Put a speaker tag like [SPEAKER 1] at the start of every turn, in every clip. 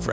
[SPEAKER 1] For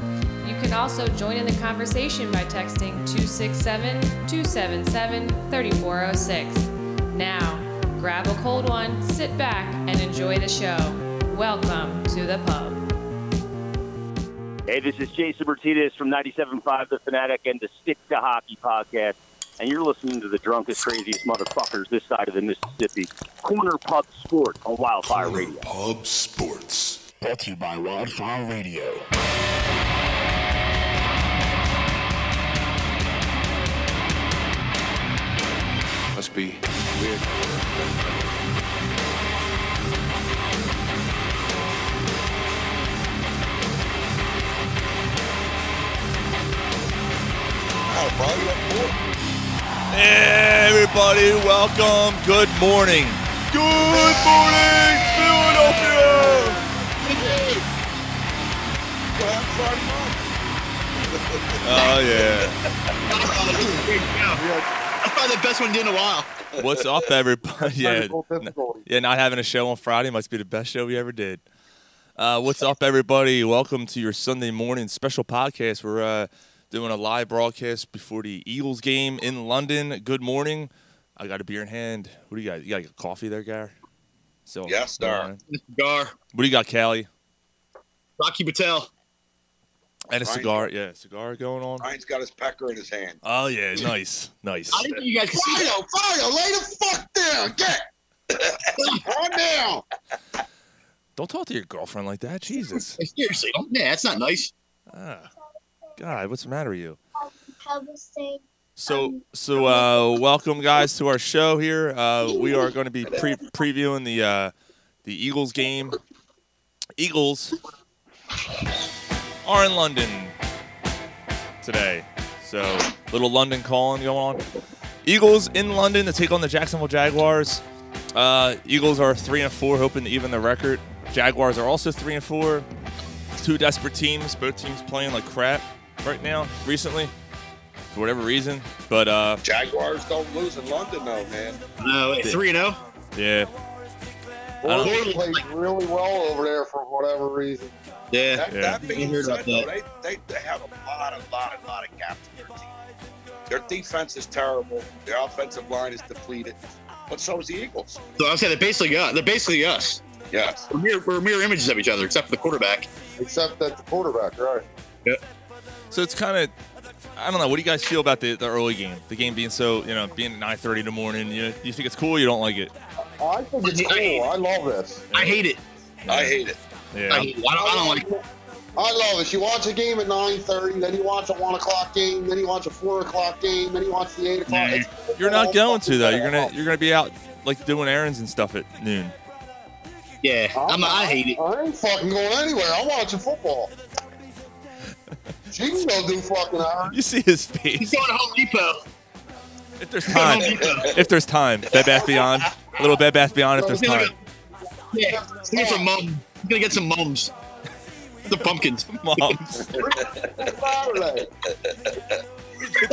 [SPEAKER 2] You can also join in the conversation by texting 267 277 3406. Now, grab a cold one, sit back, and enjoy the show. Welcome to the pub.
[SPEAKER 3] Hey, this is Jason Martinez from 97.5 The Fanatic and the Stick to Hockey podcast. And you're listening to the drunkest, craziest motherfuckers this side of the Mississippi. Corner Pub Sport on Wildfire Radio.
[SPEAKER 4] Pub Sports. Brought to you by Wildfire Radio.
[SPEAKER 5] Must be weird.
[SPEAKER 6] Everybody, welcome. Good morning. Good morning, Philadelphia. Oh yeah.
[SPEAKER 7] That's probably the best one you did in a while.
[SPEAKER 6] What's up, everybody? Yeah. Yeah, not having a show on Friday must be the best show we ever did. Uh, what's up, everybody? Welcome to your Sunday morning special podcast. We're uh, doing a live broadcast before the Eagles game in London. Good morning. I got a beer in hand. What do you got? You got coffee there, Gar? So
[SPEAKER 8] Yes, sir.
[SPEAKER 7] Gar,
[SPEAKER 6] What do you got, Callie?
[SPEAKER 7] Rocky Patel.
[SPEAKER 6] And a
[SPEAKER 8] Ryan.
[SPEAKER 6] cigar. Yeah, cigar going on.
[SPEAKER 8] Ryan's got his pecker in his hand.
[SPEAKER 6] Oh yeah, nice, nice.
[SPEAKER 7] I didn't think you guys could see that.
[SPEAKER 8] Fido, Fido, lay the fuck down. Get on down.
[SPEAKER 6] Don't talk to your girlfriend like that, Jesus.
[SPEAKER 7] Seriously, don't- yeah, that's not nice.
[SPEAKER 6] Ah, God, what's the matter with you?
[SPEAKER 9] have a say
[SPEAKER 6] So, so uh, welcome guys to our show here. Uh, we are going to be pre- previewing the uh, the Eagles game. Eagles are in London today, so little London calling going on. Eagles in London to take on the Jacksonville Jaguars. Uh, Eagles are three and four, hoping to even the record. Jaguars are also three and four. Two desperate teams, both teams playing like crap right now. Recently, for whatever reason, but uh,
[SPEAKER 8] Jaguars don't lose in London, though, man.
[SPEAKER 7] No, wait, three and oh? zero.
[SPEAKER 6] yeah.
[SPEAKER 10] Well,
[SPEAKER 6] I
[SPEAKER 10] they played really well over there for whatever reason.
[SPEAKER 7] Yeah,
[SPEAKER 8] That,
[SPEAKER 6] Yeah.
[SPEAKER 8] that
[SPEAKER 7] I
[SPEAKER 8] being
[SPEAKER 7] heard
[SPEAKER 8] said,
[SPEAKER 7] about
[SPEAKER 8] though, they, they, they have a lot, a lot, a lot of gaps in their team. Their defense is terrible. Their offensive line is depleted. But so is the Eagles.
[SPEAKER 7] so I was saying they're basically us. They're basically us.
[SPEAKER 8] Yes.
[SPEAKER 7] We're mirror, we're mirror images of each other, except for the quarterback.
[SPEAKER 10] Except that the quarterback, right?
[SPEAKER 6] So it's kind of, I don't know. What do you guys feel about the, the early game? The game being so, you know, being at 9:30 in the morning. You know, you think it's cool? Or you don't like it?
[SPEAKER 10] Oh, I think it's cool. I love this.
[SPEAKER 7] I hate it.
[SPEAKER 8] I hate it.
[SPEAKER 7] I,
[SPEAKER 6] Yeah.
[SPEAKER 7] hate it. I don't, I don't like.
[SPEAKER 10] I love this. You watch a game at nine thirty, then you watch a one o'clock game, then you watch a four o'clock game, then you watch the eight o'clock. It's-
[SPEAKER 6] You're not going to though. You're gonna you're gonna be out like doing errands and stuff at noon.
[SPEAKER 7] Yeah, I'm, I hate it.
[SPEAKER 10] I ain't fucking going anywhere. I'm watching football. She can go do fucking hours.
[SPEAKER 6] You see his
[SPEAKER 7] He's
[SPEAKER 6] face.
[SPEAKER 7] going to Home Depot.
[SPEAKER 6] If there's
[SPEAKER 7] He's
[SPEAKER 6] time,
[SPEAKER 7] going to Home Depot.
[SPEAKER 6] if there's time, Bed Bath Beyond, a little Bed Bath Beyond. If there's time,
[SPEAKER 7] Yeah, he's gonna get some mum. He's gonna get some mums. The pumpkins.
[SPEAKER 6] moms.
[SPEAKER 10] Saturday.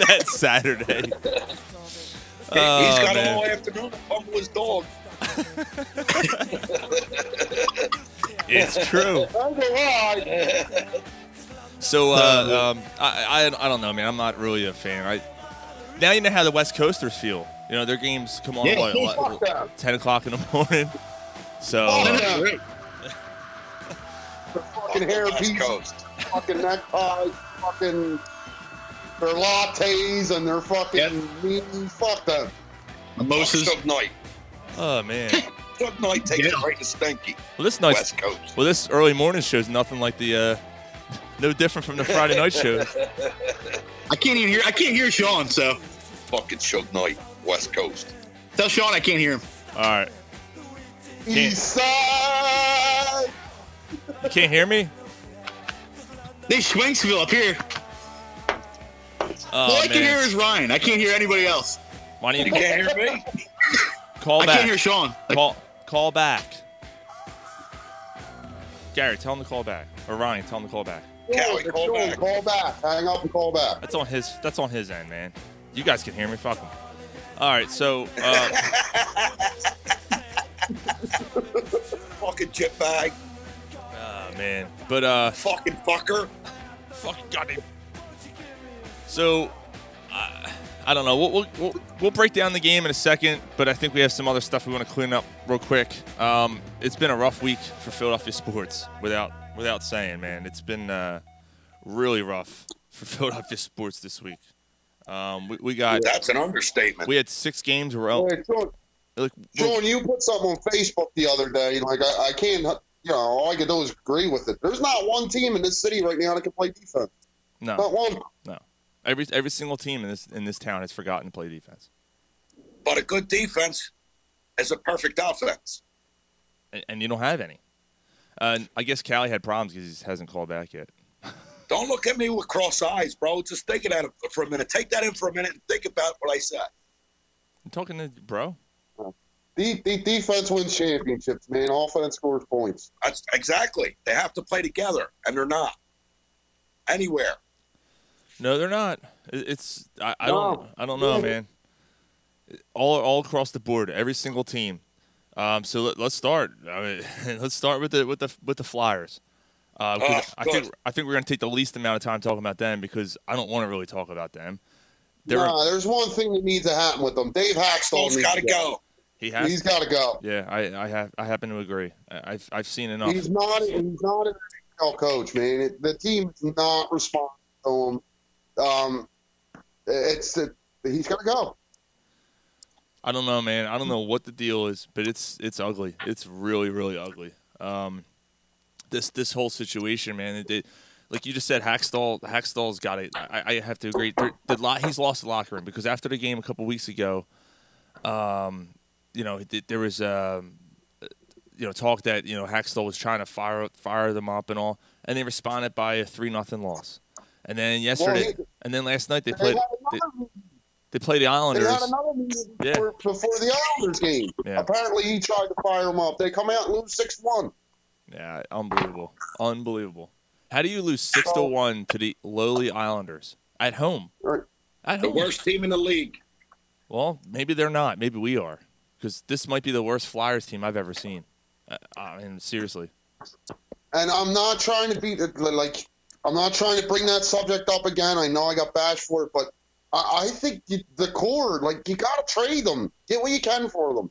[SPEAKER 6] That's Saturday.
[SPEAKER 8] He- he's
[SPEAKER 6] Oh,
[SPEAKER 8] got
[SPEAKER 6] man.
[SPEAKER 8] all afternoon to pummel his dog.
[SPEAKER 6] It's true.
[SPEAKER 10] I'm right.
[SPEAKER 6] So uh, um, I, I I don't know, man. I'm not really a fan. I now you know how the West Coasters feel. You know their games come on
[SPEAKER 7] Yeah,
[SPEAKER 6] what,
[SPEAKER 7] yeah,
[SPEAKER 6] what-
[SPEAKER 10] fuck them.
[SPEAKER 6] ten o'clock in the morning. So
[SPEAKER 7] Oh,
[SPEAKER 6] uh,
[SPEAKER 7] no, no, right.
[SPEAKER 10] The fucking
[SPEAKER 8] On the
[SPEAKER 10] hair
[SPEAKER 8] West Coast.
[SPEAKER 10] fucking neckties, fucking their lattes and their fucking
[SPEAKER 7] Yep.
[SPEAKER 10] meat. Fuck them.
[SPEAKER 7] Mimosas.
[SPEAKER 8] Good night.
[SPEAKER 6] oh man.
[SPEAKER 8] Good night takes
[SPEAKER 7] Yeah.
[SPEAKER 8] it right to stinky.
[SPEAKER 6] Well, this nice.
[SPEAKER 8] West Coast.
[SPEAKER 6] Well, this early morning show's nothing like the uh, no different from the Friday night shows.
[SPEAKER 7] I can't even hear. I can't hear Sean. So
[SPEAKER 8] Fucking Shug Knight, West Coast.
[SPEAKER 7] tell Sean I can't hear him.
[SPEAKER 6] All right, Can't-
[SPEAKER 10] East side.
[SPEAKER 6] you can't hear me.
[SPEAKER 7] They Schwenksville up here.
[SPEAKER 6] Oh,
[SPEAKER 7] All I can
[SPEAKER 6] man.
[SPEAKER 7] hear is Ryan. I can't hear anybody else.
[SPEAKER 6] Why don't
[SPEAKER 8] You
[SPEAKER 6] you
[SPEAKER 8] can't hear me?
[SPEAKER 6] call
[SPEAKER 7] I
[SPEAKER 6] back?
[SPEAKER 7] can't hear Sean. Like,
[SPEAKER 6] Call call back. Gary, tell him to call back. Or Ryan, tell him to call back.
[SPEAKER 8] Callie,
[SPEAKER 10] Sure,
[SPEAKER 8] call
[SPEAKER 10] sure,
[SPEAKER 8] back.
[SPEAKER 10] Call back. Hang up and call back.
[SPEAKER 6] That's on his. That's on his end, man. You guys can hear me. Fuck him. All right, so uh,
[SPEAKER 8] Fucking jetbag.
[SPEAKER 6] ah, man, but uh,
[SPEAKER 8] Fucking fucker.
[SPEAKER 6] fucking goddamn. So, uh, I don't know. We'll, we'll, we'll, we'll break down the game in a second, but I think we have some other stuff we want to clean up real quick. Um, it's been a rough week for Philadelphia sports, without without saying, man. It's been uh, really rough for Philadelphia sports this week. Um, we, we got
[SPEAKER 8] That's an understatement.
[SPEAKER 6] we had six games. We're out.
[SPEAKER 10] Hey, Sean,
[SPEAKER 6] Like, we're-
[SPEAKER 10] Sean, you put something on Facebook the other day. Like I, I can't. You know, all I can do is agree with it. There's not one team in this city right now that can play defense. Not
[SPEAKER 6] no,
[SPEAKER 10] one.
[SPEAKER 6] every every single team in this in this town has forgotten to play defense,
[SPEAKER 8] But a good defense is a perfect offense.
[SPEAKER 6] and, and you don't have any. Uh, and I guess Callie had problems because he hasn't called back yet.
[SPEAKER 8] Don't look at me with cross eyes, bro. Just think of that for a minute. Take that in for a minute and think about what I said.
[SPEAKER 6] I'm talking to bro.
[SPEAKER 10] De- de- defense wins championships, man. Offense scores points.
[SPEAKER 8] That's exactly. They have to play together, and they're not. Anywhere.
[SPEAKER 6] No, they're not. It- It's I, I don't
[SPEAKER 10] No.
[SPEAKER 6] I don't know, man. All all across the board, every single team. Um, so let, let's start. I mean, let's start with the with the with the Flyers. Uh, 'cause
[SPEAKER 8] Ah,
[SPEAKER 10] Oh,
[SPEAKER 8] of
[SPEAKER 6] I think
[SPEAKER 8] course.
[SPEAKER 6] I think we're gonna take the least amount of time talking about them because I don't want to really talk about them. They're,
[SPEAKER 10] Nah, there's one thing that needs to happen with them. Dave Haxtell
[SPEAKER 8] Axel's
[SPEAKER 10] needs
[SPEAKER 8] got to go.
[SPEAKER 6] he has.
[SPEAKER 10] He's got to go.
[SPEAKER 6] yeah, I I have I happen to agree. I, I've I've seen enough.
[SPEAKER 10] He's not. He's not an NFL coach, man. It, the team is not responding to him. Um, it's it, he's got to go.
[SPEAKER 6] I don't know, man. I don't know what the deal is, but it's it's ugly. It's really really ugly. Um, this this whole situation, man. It, it- like you just said, Hackstall Hackstall's got it. I, I have to agree. There, the lot he's lost the locker room because after the game a couple weeks ago, um, you know th- there was um, you know talk that you know Hackstall was trying to fire fire them up and all, and they responded by a three nothing loss. And then yesterday,
[SPEAKER 10] he-
[SPEAKER 6] and then last night they
[SPEAKER 10] They
[SPEAKER 6] played
[SPEAKER 10] had
[SPEAKER 6] they,
[SPEAKER 10] another
[SPEAKER 6] they played the
[SPEAKER 10] They
[SPEAKER 6] Islanders.
[SPEAKER 10] had another meeting
[SPEAKER 6] Yeah.
[SPEAKER 10] before, before the Islanders game.
[SPEAKER 6] Yeah.
[SPEAKER 10] Apparently, he tried to fire him up. They come out and lose six one.
[SPEAKER 6] Yeah, unbelievable, unbelievable. How do you lose six to
[SPEAKER 8] Oh.
[SPEAKER 6] one to the lowly Islanders at home? At
[SPEAKER 8] The
[SPEAKER 6] home.
[SPEAKER 8] worst team in the league.
[SPEAKER 6] Well, maybe they're not. Maybe we are, because this might be the worst Flyers team I've ever seen. Uh, I mean, seriously.
[SPEAKER 10] And I'm not trying to be like I'm not trying to bring that subject up again. I know I got bashed for it, but I, I think you, the core, like you got to trade them, get what you can for them.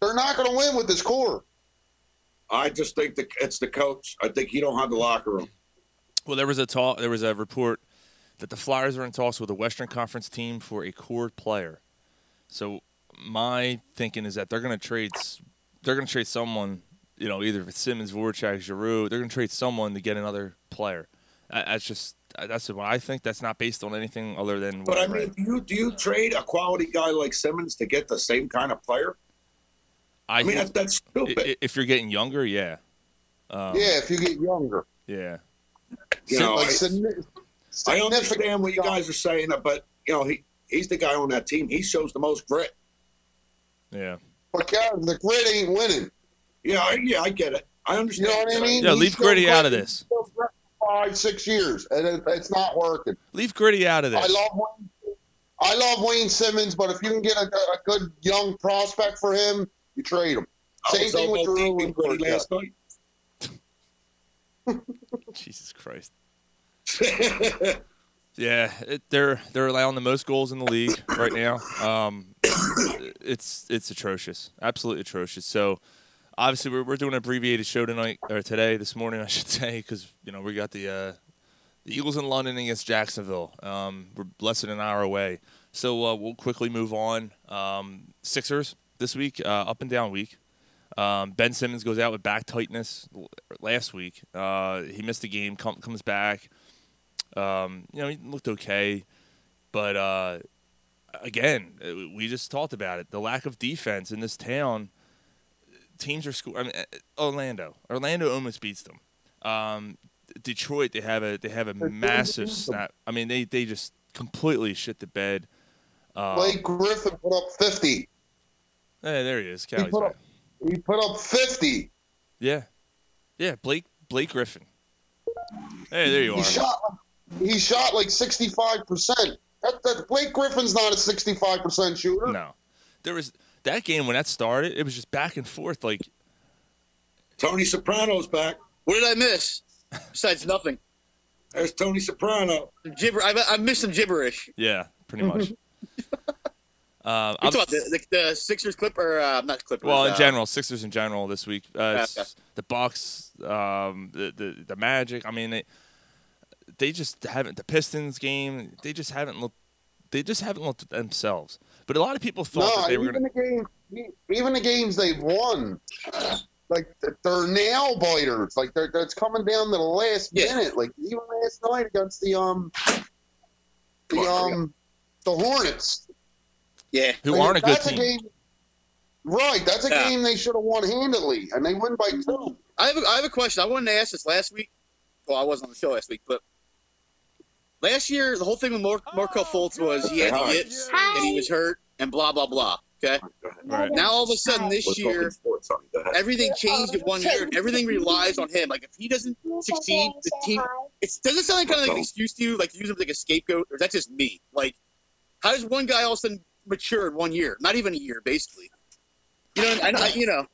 [SPEAKER 10] They're not going to win with this core.
[SPEAKER 8] I just think the, it's the coach. I think he don't have the locker room.
[SPEAKER 6] Well, there was a talk. There was a report that the Flyers are in talks with a Western Conference team for a core player. So my thinking is that they're going to trade. s- They're going to trade someone. You know, either if it's Simmons, Voracek, Giroux, they're going to trade someone to get another player. Tha- That's just that's what I think. That's not based on anything other than. What
[SPEAKER 8] But I
[SPEAKER 6] read.
[SPEAKER 8] mean, do you do you trade a quality guy like Simmons to get the same kind of player?
[SPEAKER 6] I,
[SPEAKER 8] I mean, that's,
[SPEAKER 6] think
[SPEAKER 8] that's stupid.
[SPEAKER 6] i- i- if you're getting younger, yeah, Um, Oh.
[SPEAKER 10] yeah, if you get younger,
[SPEAKER 6] yeah.
[SPEAKER 8] you know,
[SPEAKER 10] like
[SPEAKER 8] I-
[SPEAKER 10] signi-
[SPEAKER 8] I
[SPEAKER 10] significant-
[SPEAKER 8] understand what you guys are saying, uh, but you know, he he's the guy on that team. He shows the most grit.
[SPEAKER 6] Yeah,
[SPEAKER 10] But Kevin, the grid ain't winning.
[SPEAKER 8] Yeah, I, yeah, I get it. I
[SPEAKER 10] You
[SPEAKER 8] understand.
[SPEAKER 10] know what I mean?
[SPEAKER 6] yeah.
[SPEAKER 10] He's
[SPEAKER 6] Leave
[SPEAKER 10] still
[SPEAKER 6] gritty out of
[SPEAKER 10] gritty
[SPEAKER 6] this.
[SPEAKER 10] for Five, six years, and it, it's not working.
[SPEAKER 6] Leave gritty out of this.
[SPEAKER 10] I love Wayne. I love Wayne Simmons, but if you can get a, a good young prospect for him, you trade him.
[SPEAKER 8] I was
[SPEAKER 10] Same thing with
[SPEAKER 8] elbow
[SPEAKER 10] Giroux
[SPEAKER 8] deep in
[SPEAKER 10] and
[SPEAKER 8] gritty
[SPEAKER 10] Voracek.
[SPEAKER 8] last night.
[SPEAKER 6] Jesus Christ. Yeah, it, they're they're allowing the most goals in the league right now. Um, it's it's atrocious, absolutely atrocious. So obviously we're, we're doing an abbreviated show tonight or today this morning I should say because you know we got the uh, the Eagles in London against Jacksonville. Um, we're less than an hour away, so uh, we'll quickly move on. Um, Sixers this week, uh, up and down week. Um, ben Simmons goes out with back tightness l- last week. Uh, he missed the game, com- comes back. Um, you know, he looked okay, but uh, again, uh, we just talked about it. The lack of defense in this town. Teams are scoring. I mean, uh, Orlando, Orlando almost beats them. Um, Detroit, they have a they have a massive snap. I mean, they they just completely shit the bed. Uh,
[SPEAKER 10] Blake Griffin put up 50.
[SPEAKER 6] hey, Eh, there he is.
[SPEAKER 10] He
[SPEAKER 6] Callie's
[SPEAKER 10] put,
[SPEAKER 6] back.
[SPEAKER 10] up, he put up 50.
[SPEAKER 6] Yeah, yeah. Blake Blake Griffin. Hey, there you
[SPEAKER 10] He
[SPEAKER 6] are.
[SPEAKER 10] shot, he shot like 65%. That, that Blake Griffin's not a 65% shooter.
[SPEAKER 6] No, there was that game when that started. It was just back and forth. Like
[SPEAKER 8] Tony Soprano's back.
[SPEAKER 7] What did I miss? Besides nothing.
[SPEAKER 8] There's Tony Soprano.
[SPEAKER 7] Gibber. I, I missed some gibberish.
[SPEAKER 6] yeah, pretty much. uh,
[SPEAKER 7] You
[SPEAKER 6] I'm-
[SPEAKER 7] talking about the, the, the Sixers clip or uh, not Clippers?
[SPEAKER 6] well, in
[SPEAKER 7] uh,
[SPEAKER 6] general, Sixers in general this week. Uh, it's
[SPEAKER 7] yeah.
[SPEAKER 6] The Bucks, um, the, the the Magic. I mean, they, they just haven't. The Pistons game. They just haven't looked. They just haven't looked at themselves. But a lot of people thought
[SPEAKER 10] No,
[SPEAKER 6] that they
[SPEAKER 10] even
[SPEAKER 6] were going to.
[SPEAKER 10] the games, e- even the games they've won, like th- they're nail biters. Like they're, they're- it's coming down to the last
[SPEAKER 7] Yeah.
[SPEAKER 10] minute. Like even last night against the um, the
[SPEAKER 7] Come on, hurry
[SPEAKER 10] um, the Hornets,
[SPEAKER 7] Yeah.
[SPEAKER 6] Who
[SPEAKER 10] Like,
[SPEAKER 6] aren't a good
[SPEAKER 10] that's
[SPEAKER 6] team.
[SPEAKER 10] game, right? That's a
[SPEAKER 7] Yeah.
[SPEAKER 10] game they should have won handily, and they win by two.
[SPEAKER 7] I have, a, I have a question. I wanted to ask this last week. Well, I wasn't on the show last week, but last year the whole thing with Mar- Marco Fultz was he had the
[SPEAKER 8] Hi.
[SPEAKER 7] yips and he was hurt and blah blah blah. Okay.
[SPEAKER 6] Right.
[SPEAKER 7] Now all of a sudden this year
[SPEAKER 8] sports on that.
[SPEAKER 7] everything changed in one year. and Everything relies on him. Like if he doesn't succeed, the team. It's, does it sound like kind of like an excuse to you, like to use him as like a scapegoat, or is that just me? Like, how does one guy all of a sudden mature in one year? Not even a year, basically. You know, I, I, you know,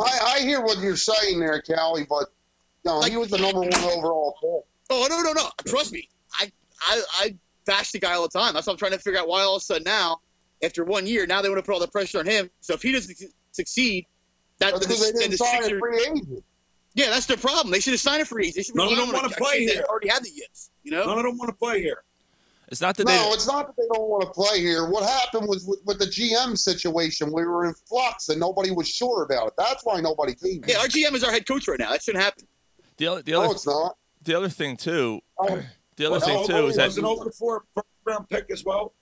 [SPEAKER 10] I, I hear what you're saying there, Callie, but no, he
[SPEAKER 7] Like-
[SPEAKER 10] was the number one overall pick.
[SPEAKER 7] Oh no no no! Trust me, I I, I bash the guy all the time. That's what I'm trying to figure out why all of a sudden now, after one year, now they want to put all the pressure on him. So if he doesn't suc- succeed, that
[SPEAKER 10] That's
[SPEAKER 7] then
[SPEAKER 10] because
[SPEAKER 7] the,
[SPEAKER 10] they
[SPEAKER 7] then
[SPEAKER 10] didn't
[SPEAKER 7] the
[SPEAKER 10] sign a
[SPEAKER 7] Sixers-
[SPEAKER 10] free agent.
[SPEAKER 7] yeah, that's their problem. They should have signed a free agent. They should
[SPEAKER 8] None of
[SPEAKER 7] rely
[SPEAKER 8] them
[SPEAKER 7] on a
[SPEAKER 8] wanna
[SPEAKER 7] guy.
[SPEAKER 8] play
[SPEAKER 7] They
[SPEAKER 8] here.
[SPEAKER 7] already have the yips, you know.
[SPEAKER 8] None of them want to play here.
[SPEAKER 6] It's not that
[SPEAKER 10] No,
[SPEAKER 6] they.
[SPEAKER 10] it's not that they don't want to play here. What happened was with, with the GM situation, we were in flux and nobody was sure about it. That's why nobody came.
[SPEAKER 7] Yeah, our GM is our head coach right now. That shouldn't happen.
[SPEAKER 6] The other, the
[SPEAKER 10] no,
[SPEAKER 6] other,
[SPEAKER 10] it's not.
[SPEAKER 6] the other thing too.
[SPEAKER 10] Oh.
[SPEAKER 6] The other thing too is
[SPEAKER 8] wasn't
[SPEAKER 6] that.
[SPEAKER 8] over for a first round pick as well.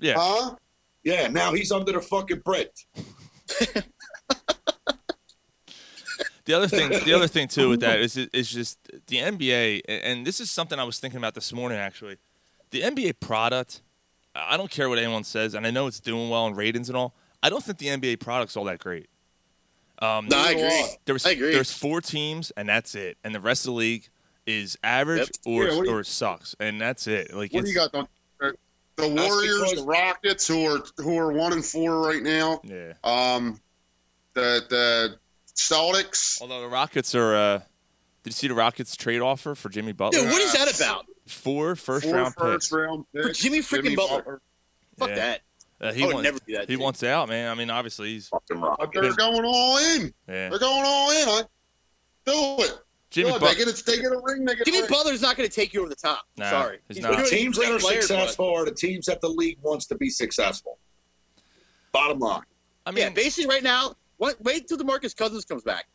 [SPEAKER 6] Yeah.
[SPEAKER 10] Huh?
[SPEAKER 8] Yeah, now he's under the fucking bridge.
[SPEAKER 6] The other thing, the other thing too with that is is just the NBA, a- and this is something I was thinking about this morning actually. The NBA product, I I don't care what anyone says, and I know it's doing well in ratings and all. I don't think the NBA product's all that great. Um,
[SPEAKER 7] No, I agree.
[SPEAKER 6] There was
[SPEAKER 7] I agree.
[SPEAKER 6] there's four teams, and that's it, and the rest of the league is average
[SPEAKER 7] Yep.
[SPEAKER 6] or
[SPEAKER 8] Yeah, what do you-
[SPEAKER 6] or sucks, and that's it. Like
[SPEAKER 9] What do
[SPEAKER 6] it's-
[SPEAKER 9] you got on the
[SPEAKER 8] That's
[SPEAKER 9] Warriors,
[SPEAKER 8] because-
[SPEAKER 9] the Rockets, who are who are one and four right now?
[SPEAKER 6] yeah.
[SPEAKER 9] Um, the the Celtics.
[SPEAKER 6] Although the Rockets are, uh, did you see the Rockets trade offer for Jimmy Butler?
[SPEAKER 7] Dude, what is that about?
[SPEAKER 6] Four first
[SPEAKER 9] four
[SPEAKER 6] round
[SPEAKER 9] first
[SPEAKER 6] picks.
[SPEAKER 9] round picks.
[SPEAKER 7] For Jimmy freaking Butler. Fuck
[SPEAKER 6] Yeah.
[SPEAKER 7] that.
[SPEAKER 6] Uh,
[SPEAKER 7] Oh, He
[SPEAKER 6] he
[SPEAKER 7] I would
[SPEAKER 6] won-
[SPEAKER 7] never do that.
[SPEAKER 6] He
[SPEAKER 7] dude.
[SPEAKER 6] wants out, man. I mean, obviously he's
[SPEAKER 8] Fucking rock.
[SPEAKER 9] But they're going all in.
[SPEAKER 6] yeah.
[SPEAKER 9] They're going all in. I do it.
[SPEAKER 6] Jimmy
[SPEAKER 9] do it.
[SPEAKER 6] Butler.
[SPEAKER 9] they, get a, they get a ring. They get
[SPEAKER 7] Jimmy
[SPEAKER 9] a ring.
[SPEAKER 7] Butler's not going to take you over the top.
[SPEAKER 6] Nah,
[SPEAKER 7] Sorry,
[SPEAKER 6] he's
[SPEAKER 7] He's
[SPEAKER 6] not.
[SPEAKER 8] The
[SPEAKER 7] really a
[SPEAKER 8] teams that
[SPEAKER 7] great
[SPEAKER 8] are
[SPEAKER 7] player, but-
[SPEAKER 8] successful are the teams that the league wants to be successful. Bottom line.
[SPEAKER 6] I mean,
[SPEAKER 7] yeah, basically right now, wait, wait till DeMarcus Cousins comes back.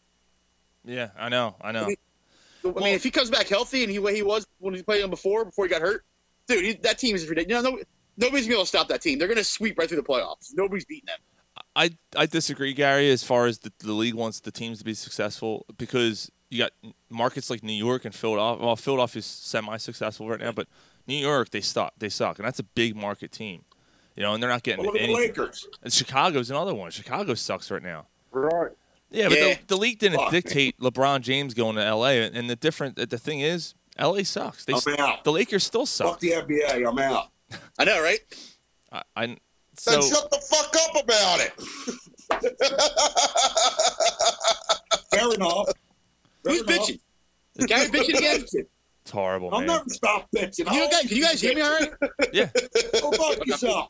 [SPEAKER 6] yeah, I know, I know.
[SPEAKER 7] I mean- I
[SPEAKER 6] Well-
[SPEAKER 7] mean, if he comes back healthy and he way he was when he played him before, before he got hurt, dude, he, that team is ridiculous. No, no, nobody's gonna be able to stop that team. They're gonna sweep right through the playoffs. Nobody's beating them.
[SPEAKER 6] I I disagree, Gary, as far as the, the league wants the teams to be successful because you got markets like New York and Philadelphia. Well, Philadelphia's semi-successful right now, but New York they suck. They suck, and that's a big market team, you know. And they're not getting
[SPEAKER 8] Well, look at the
[SPEAKER 6] anything.
[SPEAKER 8] Lakers.
[SPEAKER 6] And Chicago's another one. Chicago sucks right now.
[SPEAKER 10] Right.
[SPEAKER 6] Yeah, but
[SPEAKER 7] Yeah.
[SPEAKER 6] The, the league didn't
[SPEAKER 8] Fuck, man.
[SPEAKER 6] dictate LeBron James going to LA. And the different the thing is, LA sucks. They
[SPEAKER 8] I'm
[SPEAKER 6] st-
[SPEAKER 8] out.
[SPEAKER 6] the Lakers still suck.
[SPEAKER 8] Fuck the NBA. I'm out.
[SPEAKER 7] I know, right?
[SPEAKER 6] I, I so
[SPEAKER 10] Then shut the fuck up about it.
[SPEAKER 8] Fair enough. Fair
[SPEAKER 7] Who's
[SPEAKER 8] enough.
[SPEAKER 7] bitching? Is Gary bitching again?
[SPEAKER 6] it's horrible,
[SPEAKER 8] I'm
[SPEAKER 6] man.
[SPEAKER 8] never stop bitching.
[SPEAKER 7] You guys, can you guys hear me all right?
[SPEAKER 8] Go fuck yourself.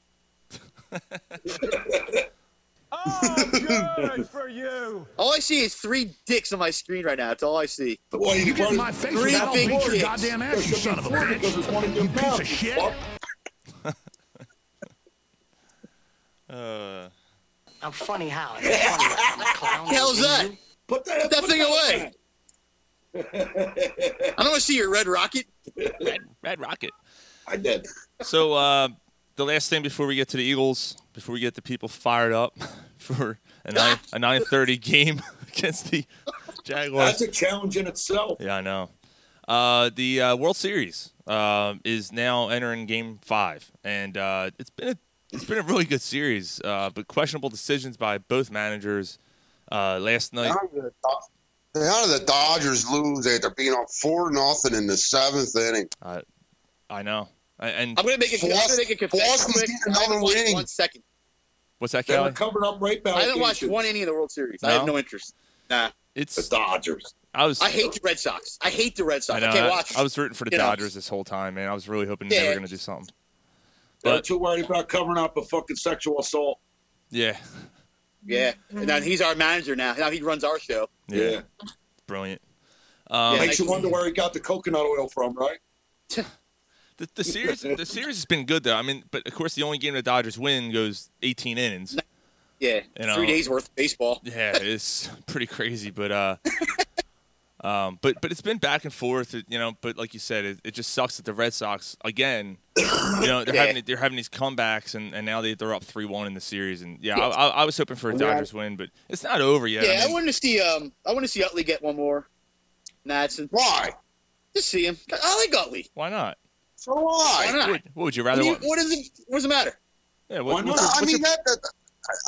[SPEAKER 7] All I see is three dicks on my screen right now. That's all I see.
[SPEAKER 8] Well, you get
[SPEAKER 4] My face
[SPEAKER 7] Three
[SPEAKER 4] without
[SPEAKER 7] big
[SPEAKER 4] being your
[SPEAKER 7] kicks.
[SPEAKER 4] goddamn ass, you son of a
[SPEAKER 8] Because
[SPEAKER 4] bitch.
[SPEAKER 8] it's one of them
[SPEAKER 4] Piece
[SPEAKER 8] mouths,
[SPEAKER 4] of
[SPEAKER 8] you
[SPEAKER 4] shit.
[SPEAKER 8] fuck.
[SPEAKER 6] Uh,
[SPEAKER 11] I'm funny how? It's funny how I'm a clown.
[SPEAKER 7] The hell's that?
[SPEAKER 8] Put that,
[SPEAKER 7] Put that
[SPEAKER 8] put
[SPEAKER 7] thing away. I don't want to see your red rocket.
[SPEAKER 6] Red, Red Rocket.
[SPEAKER 8] I did.
[SPEAKER 6] So uh, the last thing before we get to the Eagles, before we get the people fired up for a nine a nine thirty game against the Jaguars.
[SPEAKER 8] That's a challenge in itself.
[SPEAKER 6] Yeah, I know. Uh, the uh, World Series uh, is now entering Game Five, and uh, it's been a it's been a really good series, uh, but questionable decisions by both managers uh, last night.
[SPEAKER 7] Uh-huh.
[SPEAKER 10] How did the Do- how did the Dodgers lose after being up four nothing in the seventh inning?
[SPEAKER 6] Uh, I know. I, and
[SPEAKER 7] I'm gonna make it. I'm gonna make it confession
[SPEAKER 10] Boston's
[SPEAKER 7] quick.
[SPEAKER 10] getting
[SPEAKER 7] I haven't
[SPEAKER 10] another
[SPEAKER 7] watched
[SPEAKER 10] winning.
[SPEAKER 7] one second.
[SPEAKER 6] what's that,
[SPEAKER 7] They were
[SPEAKER 6] Kelly?
[SPEAKER 7] covered up right back. I haven't watched one inning of the World Series. I
[SPEAKER 6] No?
[SPEAKER 7] have no interest. Nah,
[SPEAKER 6] It's
[SPEAKER 7] The
[SPEAKER 6] Dodgers. I was.
[SPEAKER 7] I hate the Red Sox. I hate the Red Sox.
[SPEAKER 6] I
[SPEAKER 7] I,
[SPEAKER 6] know.
[SPEAKER 7] can't
[SPEAKER 6] I,
[SPEAKER 7] watch.
[SPEAKER 6] I was rooting for the
[SPEAKER 7] You know.
[SPEAKER 6] Dodgers this whole time, man. I was really hoping they
[SPEAKER 7] Yeah.
[SPEAKER 6] were gonna do something.
[SPEAKER 8] They're
[SPEAKER 6] But
[SPEAKER 8] too worried about covering up a fucking sexual assault.
[SPEAKER 6] yeah,
[SPEAKER 7] Yeah, and then he's our manager now. Now he runs our show.
[SPEAKER 6] yeah, brilliant. Um,
[SPEAKER 8] Makes you wonder where he got the coconut oil from, right?
[SPEAKER 6] The, the series, the series has been good though. I mean, but of course, the only game the Dodgers win goes 18 innings.
[SPEAKER 7] Yeah,
[SPEAKER 6] You know.
[SPEAKER 7] three days worth of baseball.
[SPEAKER 6] Yeah, it's pretty crazy, but uh, um, but but it's been back and forth, you know. But like you said, it, it just sucks that the Red Sox again, you know, they're
[SPEAKER 1] Yeah.
[SPEAKER 6] having they're having these comebacks, and, and now they they're up three one in the series, and yeah,
[SPEAKER 7] Yeah.
[SPEAKER 6] I, I, I was hoping for a
[SPEAKER 7] Well, yeah.
[SPEAKER 6] Dodgers win, but it's not over
[SPEAKER 7] Yeah,
[SPEAKER 6] yet. I
[SPEAKER 7] I,
[SPEAKER 6] mean,
[SPEAKER 7] wanted to see. Um, I want to see Utley get one more. Madsen.
[SPEAKER 10] Why?
[SPEAKER 7] Just see him. I like Utley.
[SPEAKER 6] why not?
[SPEAKER 10] So why?
[SPEAKER 7] Why not?
[SPEAKER 6] What, what would you
[SPEAKER 7] What,
[SPEAKER 6] rather
[SPEAKER 7] do you-
[SPEAKER 6] want?
[SPEAKER 7] what is it? What's the matter?
[SPEAKER 6] Yeah, what, what's your-
[SPEAKER 10] I
[SPEAKER 6] what's
[SPEAKER 10] mean,
[SPEAKER 6] your-
[SPEAKER 10] that, that,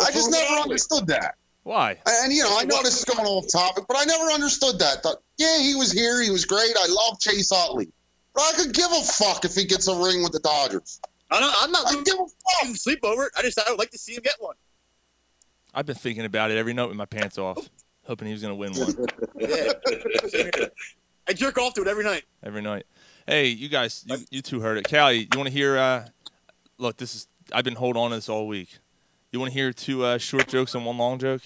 [SPEAKER 10] I just never understood that.
[SPEAKER 6] why?
[SPEAKER 10] And you know, I know this is going off topic, but I never understood that. Thought, yeah, he was here, he was great. I love Chase Utley, but I could give a fuck if he gets a ring with the Dodgers.
[SPEAKER 7] I don't, I'm not losing sleep over it. I just I would like to see him get one.
[SPEAKER 6] I've been thinking about it every night with my pants off, hoping he was gonna win one.
[SPEAKER 7] Yeah. Same here. I jerk off to it every night.
[SPEAKER 6] every night. Hey, you guys, you, you two heard it. Callie, you want to hear? Uh, look, this is I've been holding on to this all week. You want to hear two uh, short jokes and one long joke?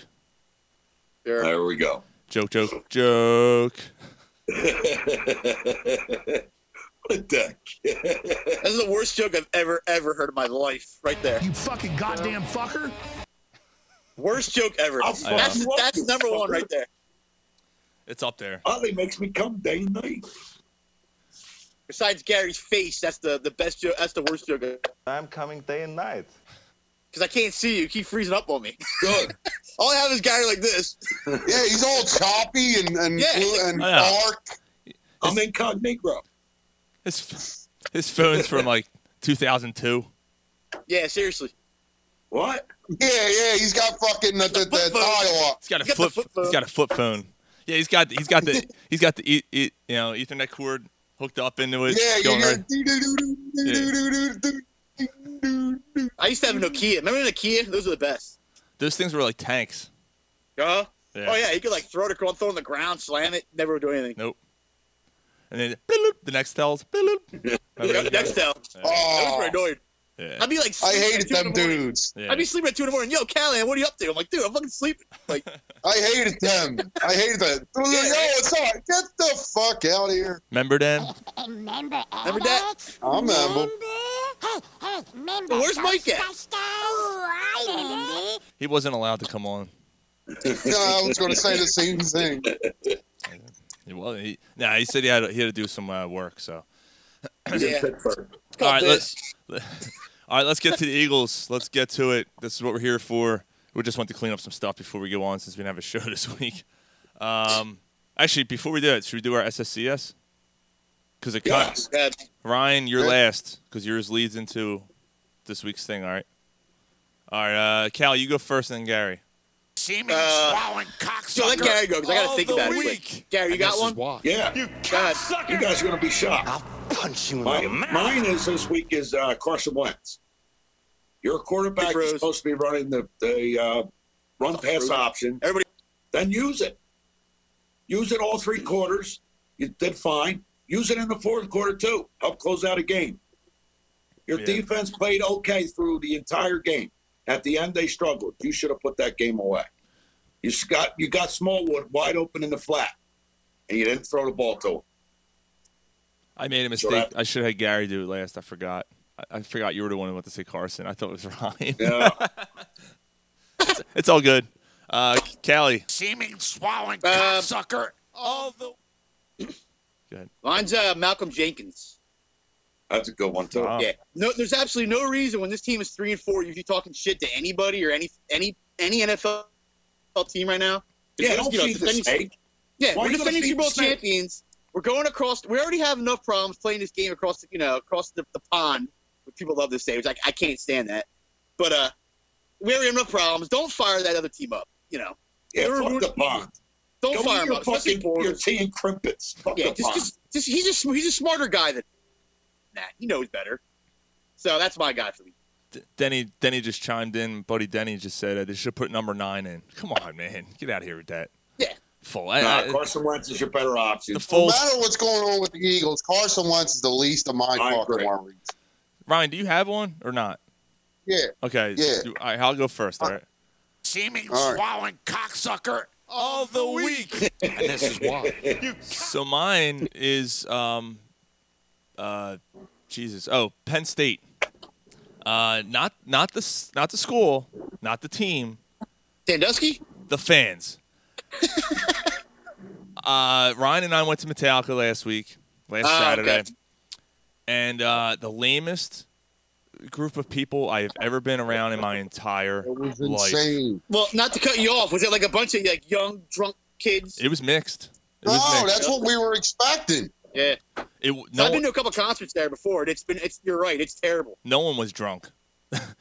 [SPEAKER 7] There
[SPEAKER 8] we go.
[SPEAKER 6] Joke, joke, joke.
[SPEAKER 8] what a dick.
[SPEAKER 7] That's the worst joke I've ever ever heard in my life. Right there. You fucking goddamn fucker. Worst joke ever.
[SPEAKER 8] I'll fuck
[SPEAKER 7] That's
[SPEAKER 8] you up,
[SPEAKER 7] that's
[SPEAKER 8] you
[SPEAKER 7] number one
[SPEAKER 8] fucker.
[SPEAKER 7] right there.
[SPEAKER 6] It's up there.
[SPEAKER 8] Utley makes me come day and night.
[SPEAKER 7] Besides Gary's face, that's the the best joke. That's the worst joke. I'm coming day and night. Cause I can't see you. You Keep freezing up on me.
[SPEAKER 8] Good.
[SPEAKER 7] All I have is Gary like this.
[SPEAKER 10] Yeah, he's all choppy and and
[SPEAKER 7] Yeah.
[SPEAKER 10] and
[SPEAKER 6] Yeah.
[SPEAKER 10] dark.
[SPEAKER 8] I'm incognito.
[SPEAKER 6] His his phone's from like 2002.
[SPEAKER 7] Yeah, seriously.
[SPEAKER 8] What?
[SPEAKER 10] Yeah, yeah, he's got fucking the, the, the dial
[SPEAKER 6] He's got a flip. He's got a flip phone. Yeah, he's got he's got the he's got the e, e, you know Ethernet cord hooked up into it.
[SPEAKER 10] Yeah, you
[SPEAKER 6] going
[SPEAKER 10] got
[SPEAKER 6] right-
[SPEAKER 7] I used to have an Nokia. Remember the Nokia? Those are the best.
[SPEAKER 6] Those things were like tanks.
[SPEAKER 7] Uh-huh.
[SPEAKER 6] Yeah.
[SPEAKER 7] Oh yeah, you could like throw it across, throw it on the ground, slam it, never would do anything.
[SPEAKER 6] Nope. And then bloop, the next tells. bloop. Remember
[SPEAKER 7] Yep,
[SPEAKER 6] those
[SPEAKER 7] Next
[SPEAKER 6] guys?
[SPEAKER 7] tell. I was pretty annoyed.
[SPEAKER 6] Yeah.
[SPEAKER 7] I'd be like,
[SPEAKER 10] I
[SPEAKER 7] sleeping at two
[SPEAKER 10] hated
[SPEAKER 7] in
[SPEAKER 10] them
[SPEAKER 7] the morning.
[SPEAKER 10] dudes.
[SPEAKER 7] I'd be sleeping at two in the morning. Yo, Callahan, what are you up to? I'm like, dude, I'm fucking sleeping. Like,
[SPEAKER 10] I hated them. I hated them. They're like, oh, it's all right. Get the fuck out of here.
[SPEAKER 6] Remember then?
[SPEAKER 7] remember that?
[SPEAKER 10] I remember.
[SPEAKER 7] Well, where's Mike at?
[SPEAKER 6] He wasn't allowed to come on.
[SPEAKER 10] No, I was going to say the same thing.
[SPEAKER 6] He was. He, nah, he said he had to, he had to do some uh, work. So
[SPEAKER 7] Yeah.
[SPEAKER 6] all right, let's let, all right, let's get to the Eagles. Let's get to it. This is what we're here for. We just want to clean up some stuff before we go on, since we didn't have a show this week. Um, actually, before we do it, should we do our SSCS? Because it cuts.
[SPEAKER 7] Yeah.
[SPEAKER 6] Ryan, you're last because yours leads into this week's thing. All right. All right, uh, Cal, you go first, and then Gary.
[SPEAKER 4] Seeming
[SPEAKER 7] Uh,
[SPEAKER 4] swallowing
[SPEAKER 7] So let Gary go because I gotta think about it. Quick. Gary, you
[SPEAKER 4] And
[SPEAKER 7] got
[SPEAKER 4] this is
[SPEAKER 7] one?
[SPEAKER 4] why.
[SPEAKER 8] Yeah.
[SPEAKER 7] You God.
[SPEAKER 8] You guys are going to be shocked. I'll
[SPEAKER 11] punch you in
[SPEAKER 8] mine,
[SPEAKER 11] the mouth.
[SPEAKER 8] Mine is this week is uh, Carson Wentz. Your quarterback is supposed to be running the, the uh, run pass option.
[SPEAKER 7] Everybody,
[SPEAKER 8] then use it. Use it all three quarters. You did fine. Use it in the fourth quarter too. Help close out a game. Your
[SPEAKER 6] Yeah.
[SPEAKER 8] defense played okay through the entire game. At the end, they struggled. You should have put that game away. You s- got you got Smallwood wide open in the flat, and you didn't throw the ball to him.
[SPEAKER 6] I made a mistake. I should have had Gary do it last. I forgot. I, I forgot you were the one who went to say Carson. I thought it was Ryan.
[SPEAKER 8] Yeah.
[SPEAKER 6] it's, it's all good. Uh, Callie.
[SPEAKER 4] Seeming swallowing
[SPEAKER 7] Uh,
[SPEAKER 4] cocksucker. All the
[SPEAKER 7] Mine's uh, Malcolm Jenkins.
[SPEAKER 8] That's a good one too.
[SPEAKER 6] Oh.
[SPEAKER 7] Yeah. No, there's absolutely no reason when this team is three and four, you're talking shit to anybody or any any any NFL team right now.
[SPEAKER 8] Yeah,
[SPEAKER 7] Because,
[SPEAKER 8] don't
[SPEAKER 7] you know,
[SPEAKER 8] feed the
[SPEAKER 7] defending-
[SPEAKER 8] snake.
[SPEAKER 7] Yeah,
[SPEAKER 8] Why
[SPEAKER 7] we're
[SPEAKER 8] you gotta
[SPEAKER 7] defending
[SPEAKER 8] feed
[SPEAKER 7] Super
[SPEAKER 8] the
[SPEAKER 7] Bowl
[SPEAKER 8] snake?
[SPEAKER 7] champions. We're going across. We already have enough problems playing this game across, the- you know, across the, the pond. Which people love to say, which I, I can't stand that. But uh, we already have enough problems. Don't fire that other team up. You know.
[SPEAKER 8] Yeah,
[SPEAKER 7] They're
[SPEAKER 8] fuck
[SPEAKER 7] ruining-
[SPEAKER 8] the pond.
[SPEAKER 7] Don't
[SPEAKER 8] Go eat
[SPEAKER 7] fire him
[SPEAKER 8] your
[SPEAKER 7] up. especially
[SPEAKER 8] fucking- your
[SPEAKER 7] Borders.
[SPEAKER 8] tea and crimpets. Fuck
[SPEAKER 7] yeah,
[SPEAKER 8] the
[SPEAKER 7] just,
[SPEAKER 8] pond.
[SPEAKER 7] just, just, he's a sm- he's a smarter guy than that. He knows better. So that's my guy for me.
[SPEAKER 6] Denny Denny just chimed in. Buddy Denny just said uh, they should put number nine in. Come on, man, get out of here with that.
[SPEAKER 7] Yeah.
[SPEAKER 6] Full. uh,
[SPEAKER 8] Nah,
[SPEAKER 7] uh,
[SPEAKER 8] Carson Wentz is your better option.
[SPEAKER 6] The
[SPEAKER 10] No
[SPEAKER 6] full.
[SPEAKER 10] matter what's going on with the Eagles, Carson Wentz is the least of my
[SPEAKER 6] I agree.
[SPEAKER 10] fucking worries.
[SPEAKER 6] Ryan, do you have one or not?
[SPEAKER 10] Yeah.
[SPEAKER 6] Okay.
[SPEAKER 10] Yeah.
[SPEAKER 6] you- all right, I'll go first. All right.
[SPEAKER 4] Seeming
[SPEAKER 6] All right.
[SPEAKER 4] swallowing cocksucker all the week. and this is why.
[SPEAKER 6] So mine is um, uh, Jesus. Oh, Penn State. Uh, not not the s- not the school, not the team.
[SPEAKER 7] Sandusky.
[SPEAKER 6] The fans. uh, Ryan and I went to Metallica last week, last
[SPEAKER 7] Ah, okay.
[SPEAKER 6] Saturday, and uh, the lamest group of people I have ever been around in my entire life.
[SPEAKER 7] Well, not to cut you off, was it like a bunch of like young drunk kids?
[SPEAKER 6] It was mixed. It was mixed.
[SPEAKER 7] No, Oh, that's what
[SPEAKER 10] we were expecting.
[SPEAKER 7] Yeah.
[SPEAKER 6] It, w-
[SPEAKER 7] So
[SPEAKER 6] no,
[SPEAKER 7] I've been to a couple concerts there before, and it's been it's you're right, it's terrible.
[SPEAKER 6] no one was drunk.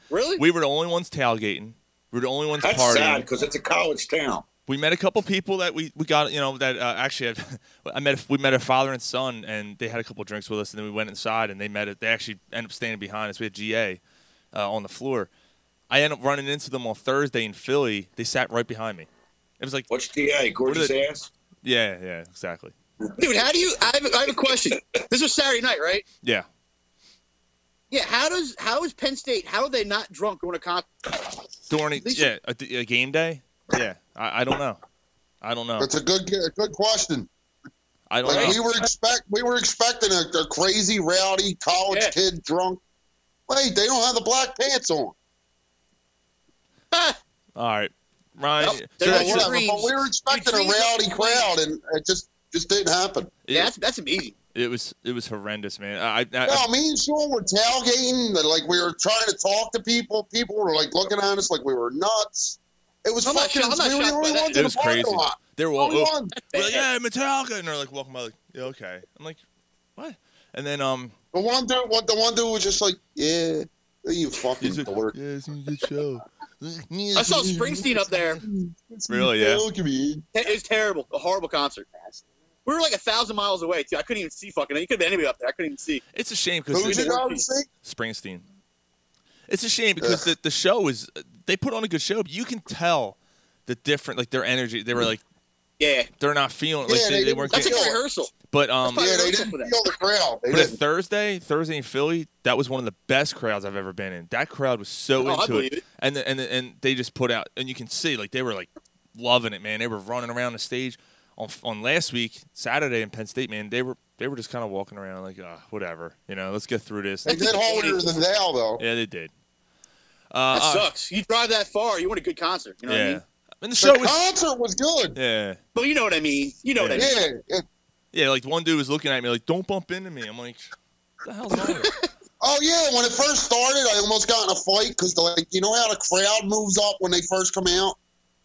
[SPEAKER 7] Really?
[SPEAKER 6] We were the only ones tailgating. We were the only ones
[SPEAKER 8] That's
[SPEAKER 6] partying.
[SPEAKER 8] sad because it's a college town.
[SPEAKER 6] We met a couple people that we, we got you know that uh, actually I've, I met a, we met a father and son and they had a couple drinks with us and then we went inside and they met it they actually ended up standing behind us we had GA uh, on the floor I ended up running into them on Thursday in Philly they sat right behind me it was like
[SPEAKER 8] what's GA gorgeous ass
[SPEAKER 6] yeah yeah exactly
[SPEAKER 7] Dude, how do you? I have, a- I have a question. this was Saturday night, right?
[SPEAKER 6] yeah
[SPEAKER 7] Yeah. How does how is Penn State? How are they not drunk going to concert?
[SPEAKER 6] during yeah a, d- a game day yeah I, I don't know I don't know
[SPEAKER 10] That's a good a good question.
[SPEAKER 6] I don't
[SPEAKER 10] Like
[SPEAKER 6] know
[SPEAKER 10] we were expect we were expecting a, a crazy rowdy college kid drunk. Wait, they don't have the black pants on.
[SPEAKER 6] all right Ryan
[SPEAKER 10] So
[SPEAKER 6] so that's your-
[SPEAKER 10] whatever, but we were expecting a rowdy crowd, and it just just didn't happen.
[SPEAKER 6] Yeah, that's-
[SPEAKER 7] that's amazing.
[SPEAKER 6] it was it was horrendous man I, I,
[SPEAKER 7] Uh-uh.
[SPEAKER 6] I
[SPEAKER 10] No, me and Sean were tailgating. Like we were trying to talk to people. People were like looking at us like we were nuts. It was
[SPEAKER 7] I'm not
[SPEAKER 10] fucking.
[SPEAKER 7] shocked- I'm not
[SPEAKER 10] we were
[SPEAKER 7] shocked
[SPEAKER 10] the
[SPEAKER 7] by
[SPEAKER 10] only
[SPEAKER 7] that.
[SPEAKER 10] ones
[SPEAKER 6] It
[SPEAKER 10] in the
[SPEAKER 6] was crazy.
[SPEAKER 10] parking lot.
[SPEAKER 6] They were
[SPEAKER 10] The
[SPEAKER 6] all,
[SPEAKER 10] only
[SPEAKER 6] oh,
[SPEAKER 10] ones.
[SPEAKER 6] we're like, yeah, Metallica, and they're like walking by, like, yeah, okay. I'm like, what? And then um,
[SPEAKER 10] The one dude, what- the one dude was just like, yeah, you fucking dork.
[SPEAKER 6] Yeah, it's a good show.
[SPEAKER 7] I saw Springsteen up there.
[SPEAKER 6] Really, yeah.
[SPEAKER 7] It was terrible. A horrible concert. We were like a thousand miles away too. I couldn't even see fucking. You could have been anybody up there. I couldn't even see.
[SPEAKER 6] It's a shame because Springsteen. It's a shame because the, the show is they put on a good show, but you can tell the different like their energy. They were like,
[SPEAKER 7] yeah,
[SPEAKER 6] they're not feeling like they, they weren't.
[SPEAKER 7] That's
[SPEAKER 6] getting-
[SPEAKER 7] a good rehearsal.
[SPEAKER 6] But um,
[SPEAKER 7] That's probably
[SPEAKER 10] Yeah, they
[SPEAKER 7] rehearsal
[SPEAKER 10] didn't
[SPEAKER 7] for that.
[SPEAKER 10] feel the crowd. They
[SPEAKER 6] But at
[SPEAKER 10] didn't.
[SPEAKER 6] Thursday, Thursday in Philly, that was one of the best crowds I've ever been in. That crowd was so
[SPEAKER 7] Oh, I
[SPEAKER 6] into
[SPEAKER 7] believe
[SPEAKER 6] it.
[SPEAKER 7] it.
[SPEAKER 6] and the, and the, and they just put out, and you can see like they were like loving it, man. They were running around the stage on on last week Saturday in Penn State, man. They were they were just kind of walking around like, ah, whatever, you know, let's get through this.
[SPEAKER 10] They did harder than thou though.
[SPEAKER 6] Yeah, they did. Uh,
[SPEAKER 7] That
[SPEAKER 6] uh,
[SPEAKER 7] sucks. You drive that far, you want a good concert. You know what I
[SPEAKER 6] yeah,
[SPEAKER 7] mean?
[SPEAKER 6] and the show
[SPEAKER 10] the
[SPEAKER 6] was
[SPEAKER 10] concert was good.
[SPEAKER 6] yeah.
[SPEAKER 7] But you know what I mean. You know what I mean.
[SPEAKER 10] Yeah, yeah.
[SPEAKER 6] Yeah, like one dude was looking at me like, "Don't bump into me." I'm like, "What "The hell's wrong?" with you?"
[SPEAKER 10] Oh yeah, when it first started, I almost got in a fight because like you know how the crowd moves up when they first come out.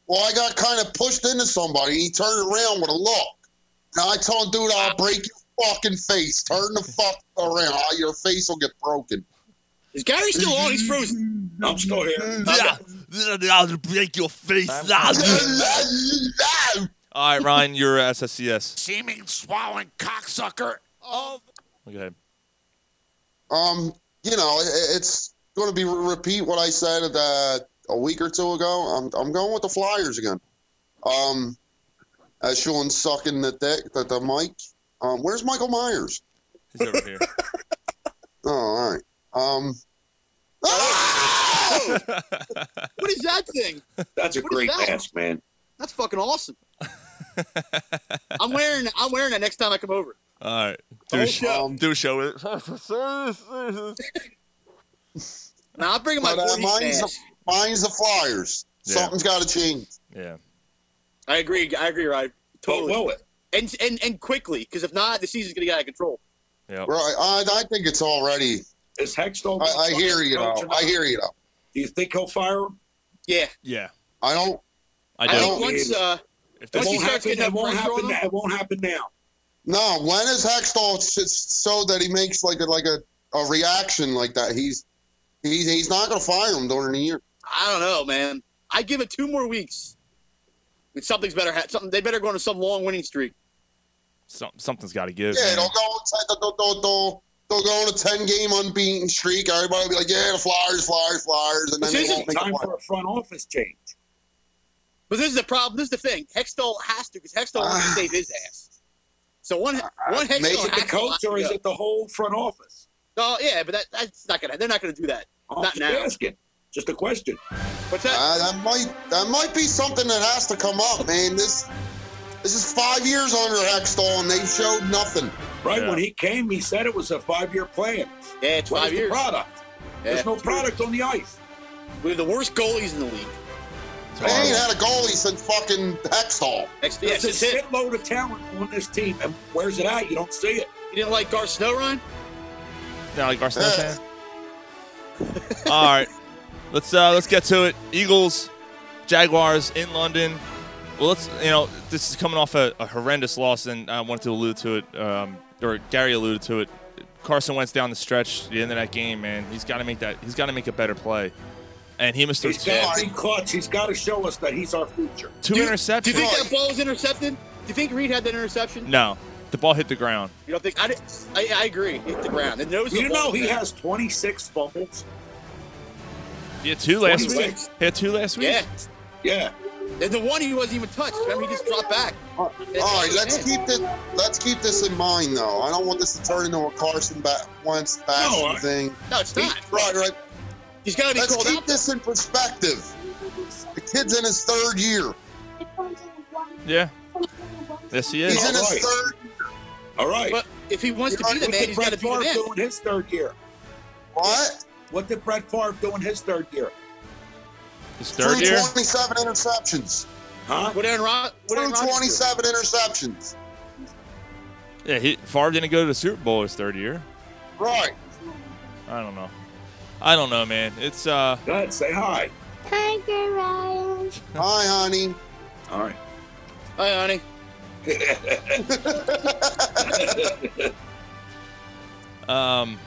[SPEAKER 10] Well, I got kind of pushed into somebody. and He turned around with a look. Now I told him, dude, I'll break your fucking face. Turn the fuck around. or Your face will get broken.
[SPEAKER 7] Is Gary still on? He's frozen.
[SPEAKER 8] I'm still here.
[SPEAKER 10] Mm-hmm.
[SPEAKER 6] I'll break your face. All right, Ryan, you're uh, SSCS.
[SPEAKER 4] Seeming swallowing cocksucker all
[SPEAKER 6] Go ahead.
[SPEAKER 10] Um, you know, i- i- it's going to be repeat what I said at the, a week or two ago. I'm I'm going with the Flyers again. Um, as Sean's sucking the deck, the, the mic. Um, where's Michael Myers?
[SPEAKER 6] He's over here.
[SPEAKER 10] Oh, all right. Um,
[SPEAKER 7] What is that thing?
[SPEAKER 8] That's a
[SPEAKER 7] What is
[SPEAKER 8] great
[SPEAKER 7] that?
[SPEAKER 8] mask, man.
[SPEAKER 7] That's fucking awesome. I'm wearing I'm wearing it next time I come over.
[SPEAKER 6] All right, do a
[SPEAKER 7] Oh,
[SPEAKER 6] sh-
[SPEAKER 10] um,
[SPEAKER 7] yeah.
[SPEAKER 6] do a show with it.
[SPEAKER 7] Now I'm bringing my
[SPEAKER 10] but, uh,
[SPEAKER 7] 40
[SPEAKER 10] mine's, the,
[SPEAKER 7] mask.
[SPEAKER 10] mine's the Flyers.
[SPEAKER 6] Yeah.
[SPEAKER 10] Something's got to change.
[SPEAKER 6] Yeah.
[SPEAKER 7] I agree. I agree, Rod. Totally.
[SPEAKER 8] will it?
[SPEAKER 7] And and and quickly, because if not, the season's gonna get out of control.
[SPEAKER 6] Yep.
[SPEAKER 10] Right. I, I think it's already.
[SPEAKER 8] Is Hextall?
[SPEAKER 10] I, I hear you. Though. I hear you. Though.
[SPEAKER 8] Do you think he'll fire him?
[SPEAKER 7] Yeah.
[SPEAKER 6] Yeah,
[SPEAKER 10] I don't.
[SPEAKER 6] I
[SPEAKER 7] I
[SPEAKER 6] do.
[SPEAKER 7] think once uh,
[SPEAKER 6] If
[SPEAKER 8] It
[SPEAKER 7] once he
[SPEAKER 8] won't
[SPEAKER 7] starts
[SPEAKER 8] happen.
[SPEAKER 7] getting
[SPEAKER 8] It
[SPEAKER 7] that
[SPEAKER 8] won't
[SPEAKER 7] pressure on
[SPEAKER 8] happen.
[SPEAKER 7] him,
[SPEAKER 8] It won't happen now.
[SPEAKER 10] No, when is Hextall s- so that he makes like a like a, a reaction like that? He's he's he's not gonna fire him during the year.
[SPEAKER 7] I don't know, man. I give it two more weeks. I mean, something's better. Ha- something they better go on some long winning streak.
[SPEAKER 6] Some, something's got to give.
[SPEAKER 10] Yeah,
[SPEAKER 6] man.
[SPEAKER 10] they'll go inside, they'll, they'll, they'll, they'll go on a ten game unbeaten streak. Everybody will be like, yeah, the Flyers, Flyers, Flyers, and then they won't make a
[SPEAKER 8] time
[SPEAKER 10] play.
[SPEAKER 8] for a front office change.
[SPEAKER 7] But this is the problem. This is the thing. Hextall has to because Hextall wants to save his ass. So one one Hextall
[SPEAKER 8] Make it the
[SPEAKER 7] has to
[SPEAKER 8] coach, or is
[SPEAKER 7] go.
[SPEAKER 8] it the whole front office? Oh,
[SPEAKER 7] No, yeah, but that, that's not gonna. They're not gonna do that.
[SPEAKER 8] I'm
[SPEAKER 7] not
[SPEAKER 8] just
[SPEAKER 7] now.
[SPEAKER 8] asking. Just a question.
[SPEAKER 7] What's that?
[SPEAKER 10] Uh, that might that might be something that has to come up, man. This this is five years under Hextall, and they showed nothing.
[SPEAKER 8] Right
[SPEAKER 6] Yeah.
[SPEAKER 8] when he came, he said it was a five-year plan.
[SPEAKER 7] yeah, it's
[SPEAKER 8] Where's
[SPEAKER 7] five
[SPEAKER 8] the
[SPEAKER 7] years.
[SPEAKER 8] product?
[SPEAKER 7] Yeah.
[SPEAKER 8] There's no product on the ice.
[SPEAKER 7] We have the worst goalies in the league.
[SPEAKER 6] It's
[SPEAKER 10] They ain't
[SPEAKER 6] horrible.
[SPEAKER 10] had a goalie since fucking Hextall.
[SPEAKER 7] Next, yeah,
[SPEAKER 8] There's
[SPEAKER 7] since
[SPEAKER 8] a
[SPEAKER 7] hit.
[SPEAKER 8] shitload of talent on this team, and where's it at? You don't see it.
[SPEAKER 7] You didn't like Gar Snowrun?
[SPEAKER 6] Now, like Arsenal
[SPEAKER 10] Yeah.
[SPEAKER 6] fan. All right, let's uh, let's get to it. Eagles, Jaguars in London. Well, let's you know this is coming off a, a horrendous loss, and I wanted to allude to it, um, or Gary alluded to it. Carson Wentz down the stretch, the end of that game, man. He's got to make that. He's got to make a better play, and he missed those
[SPEAKER 8] He's
[SPEAKER 6] two,
[SPEAKER 8] got to be clutch. He's got to show us that he's our future.
[SPEAKER 6] two
[SPEAKER 7] Do you-
[SPEAKER 6] interceptions.
[SPEAKER 7] Do you think that ball was intercepted? Do you think Reed had that interception?
[SPEAKER 6] no, the ball hit the ground.
[SPEAKER 7] You don't think? I, did- I, I agree. Hit the ground. And those
[SPEAKER 8] You know he has 26 fumbles.
[SPEAKER 6] He had two last week.
[SPEAKER 8] 26.
[SPEAKER 6] He had two last week.
[SPEAKER 7] Yeah.
[SPEAKER 8] Yeah,
[SPEAKER 7] And the one he wasn't even touched. Remember, he just dropped back.
[SPEAKER 10] All right, let's
[SPEAKER 7] Yeah.
[SPEAKER 10] keep this. Let's keep this in mind, though. I don't want this to turn into a Carson ba- Wentz bashing
[SPEAKER 8] No, I-
[SPEAKER 10] thing.
[SPEAKER 7] No, it's not.
[SPEAKER 10] Right, right.
[SPEAKER 7] He's got to be
[SPEAKER 10] Let's
[SPEAKER 7] called
[SPEAKER 10] keep
[SPEAKER 7] out.
[SPEAKER 10] this in perspective. The kid's in his third year.
[SPEAKER 6] Yeah. Yes, he
[SPEAKER 10] He's
[SPEAKER 6] is.
[SPEAKER 10] in his
[SPEAKER 8] Alright.
[SPEAKER 10] third.
[SPEAKER 8] all right.
[SPEAKER 7] But if he wants to
[SPEAKER 8] All
[SPEAKER 7] be
[SPEAKER 8] right,
[SPEAKER 7] the
[SPEAKER 8] what
[SPEAKER 7] man,
[SPEAKER 8] did
[SPEAKER 7] he's got to
[SPEAKER 8] Brett
[SPEAKER 7] be
[SPEAKER 8] Favre
[SPEAKER 7] the
[SPEAKER 8] do in his third year?
[SPEAKER 10] What?
[SPEAKER 8] What did Brett Favre do in his third year?
[SPEAKER 6] His third
[SPEAKER 10] Threw
[SPEAKER 6] year.
[SPEAKER 10] 27 interceptions.
[SPEAKER 8] Huh?
[SPEAKER 7] man. What Aaron Rod- what
[SPEAKER 10] Threw
[SPEAKER 7] Aaron Rodgers do?
[SPEAKER 10] 27 interceptions.
[SPEAKER 6] Yeah, he, Favre didn't go to the Super Bowl his third year.
[SPEAKER 10] Right.
[SPEAKER 6] I don't know. I don't know, man. It's uh,
[SPEAKER 8] Go ahead, say hi.
[SPEAKER 12] Tiger Ryan.
[SPEAKER 10] Hi, honey.
[SPEAKER 8] All right.
[SPEAKER 7] Hi, honey.
[SPEAKER 6] um,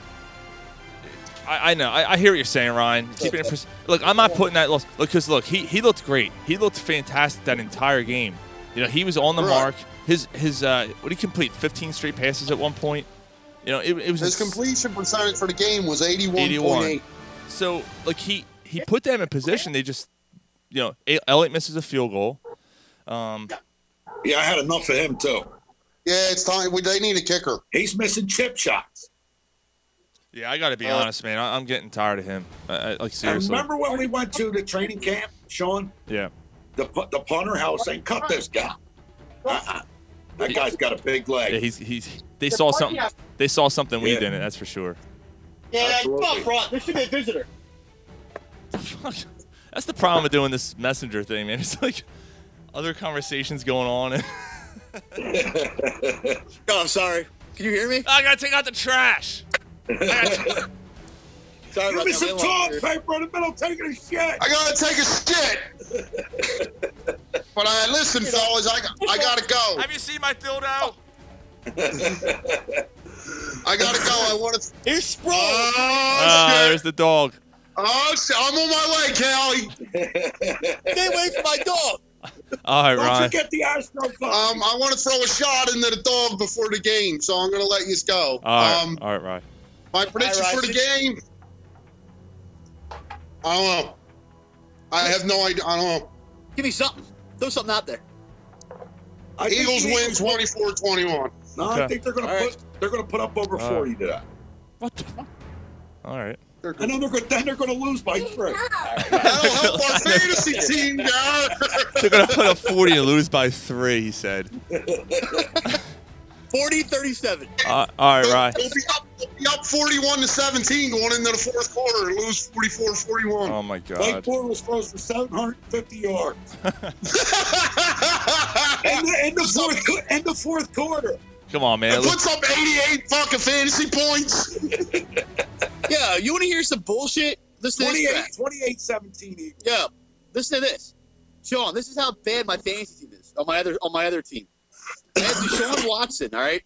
[SPEAKER 6] I, I know. I, I hear what you're saying, Ryan. Keep it in pers- look, I'm not putting that loss. Look, cause look, he he looked great. He looked fantastic that entire game. You know, he was on the
[SPEAKER 10] Right.
[SPEAKER 6] mark. His his uh, what did he complete? 15 straight passes at one point. You know, it, it was
[SPEAKER 10] His
[SPEAKER 6] ins-
[SPEAKER 10] completion percentage for the game was 81.8.
[SPEAKER 6] 81. So like he he put them in position. They just you know A- Elliott misses a field goal. Um,
[SPEAKER 8] Yeah, I had enough of him too.
[SPEAKER 10] Yeah, it's time. We, they need a kicker.
[SPEAKER 8] He's missing chip shots.
[SPEAKER 6] yeah, I got to be
[SPEAKER 10] Uh,
[SPEAKER 6] honest, man. I, I'm getting tired of him. I, I, like
[SPEAKER 8] And
[SPEAKER 6] seriously.
[SPEAKER 8] remember when we went to the training camp, Sean?
[SPEAKER 6] Yeah.
[SPEAKER 8] The pu- the punter house and cut this guy. Uh-uh. That guy's got a big
[SPEAKER 6] Yeah,
[SPEAKER 8] leg.
[SPEAKER 6] he's he's. They saw something. They saw something we
[SPEAKER 8] Yeah.
[SPEAKER 6] didn't. That's for sure.
[SPEAKER 7] Yeah,
[SPEAKER 8] Absolutely.
[SPEAKER 7] fuck Rod. There should be a visitor.
[SPEAKER 6] that's the problem with doing this messenger thing, man. It's like other conversations going on. And
[SPEAKER 7] Oh, I'm sorry. Can you hear me?
[SPEAKER 6] I gotta take out the trash.
[SPEAKER 7] Sorry
[SPEAKER 8] Give
[SPEAKER 7] about
[SPEAKER 8] me
[SPEAKER 7] that. We
[SPEAKER 8] some
[SPEAKER 7] lost
[SPEAKER 8] toilet
[SPEAKER 7] here.
[SPEAKER 8] paper in the middle, taking a shit.
[SPEAKER 10] I gotta take a shit. but I listen, fellas. I, I gotta go.
[SPEAKER 6] Have you seen my dildo?
[SPEAKER 10] I gotta go. I want to.
[SPEAKER 7] Here's Sproul. Uh,
[SPEAKER 6] Ah,
[SPEAKER 10] Oh,
[SPEAKER 6] there's the dog.
[SPEAKER 10] Oh, shit. I'm on my way, Callie.
[SPEAKER 7] Stay away from my dog.
[SPEAKER 6] All right,
[SPEAKER 8] Don't
[SPEAKER 6] Ryan.
[SPEAKER 8] forget the Astro Cup.
[SPEAKER 10] Um, I want to throw a shot into the dog before the game, so I'm gonna let you go.
[SPEAKER 6] All right,
[SPEAKER 10] um,
[SPEAKER 6] all right, Ryan.
[SPEAKER 10] my prediction
[SPEAKER 7] All right,
[SPEAKER 10] for the game. I don't know. I have no idea. I don't know.
[SPEAKER 7] Give me something. Throw something out there.
[SPEAKER 8] I think
[SPEAKER 10] Eagles
[SPEAKER 8] the
[SPEAKER 10] win 24-21.
[SPEAKER 8] No,
[SPEAKER 6] Okay.
[SPEAKER 8] I think they're gonna
[SPEAKER 7] All
[SPEAKER 8] put they're gonna put up over
[SPEAKER 6] All
[SPEAKER 8] forty today.
[SPEAKER 6] What the? All right.
[SPEAKER 8] And then they're gonna, then they're gonna lose by three.
[SPEAKER 10] That'll help our fantasy team, guys.
[SPEAKER 6] They're gonna put up 40 and lose by three. He said.
[SPEAKER 7] 40 37.
[SPEAKER 6] Uh, all right,
[SPEAKER 10] They'll,
[SPEAKER 6] Ryan.
[SPEAKER 10] they'll be up, they'll be up 41 to 17 going into the fourth quarter and lose 44-41.
[SPEAKER 6] Oh my
[SPEAKER 8] Blake
[SPEAKER 6] God.
[SPEAKER 8] Bortles throws for seven hundred and fifty yards.
[SPEAKER 10] It
[SPEAKER 8] And the, in the fourth qu- in the fourth quarter.
[SPEAKER 6] Come on, man. Look-
[SPEAKER 10] puts up 88 fucking fantasy points.
[SPEAKER 7] Yeah, you want to hear some bullshit? Listen to this
[SPEAKER 8] 28,
[SPEAKER 7] crap.
[SPEAKER 8] 28 17 Eagles.
[SPEAKER 7] Yeah, listen to this, Sean. This is how bad my fantasy team is on my other on my other team. I have Deshaun Watson. All right,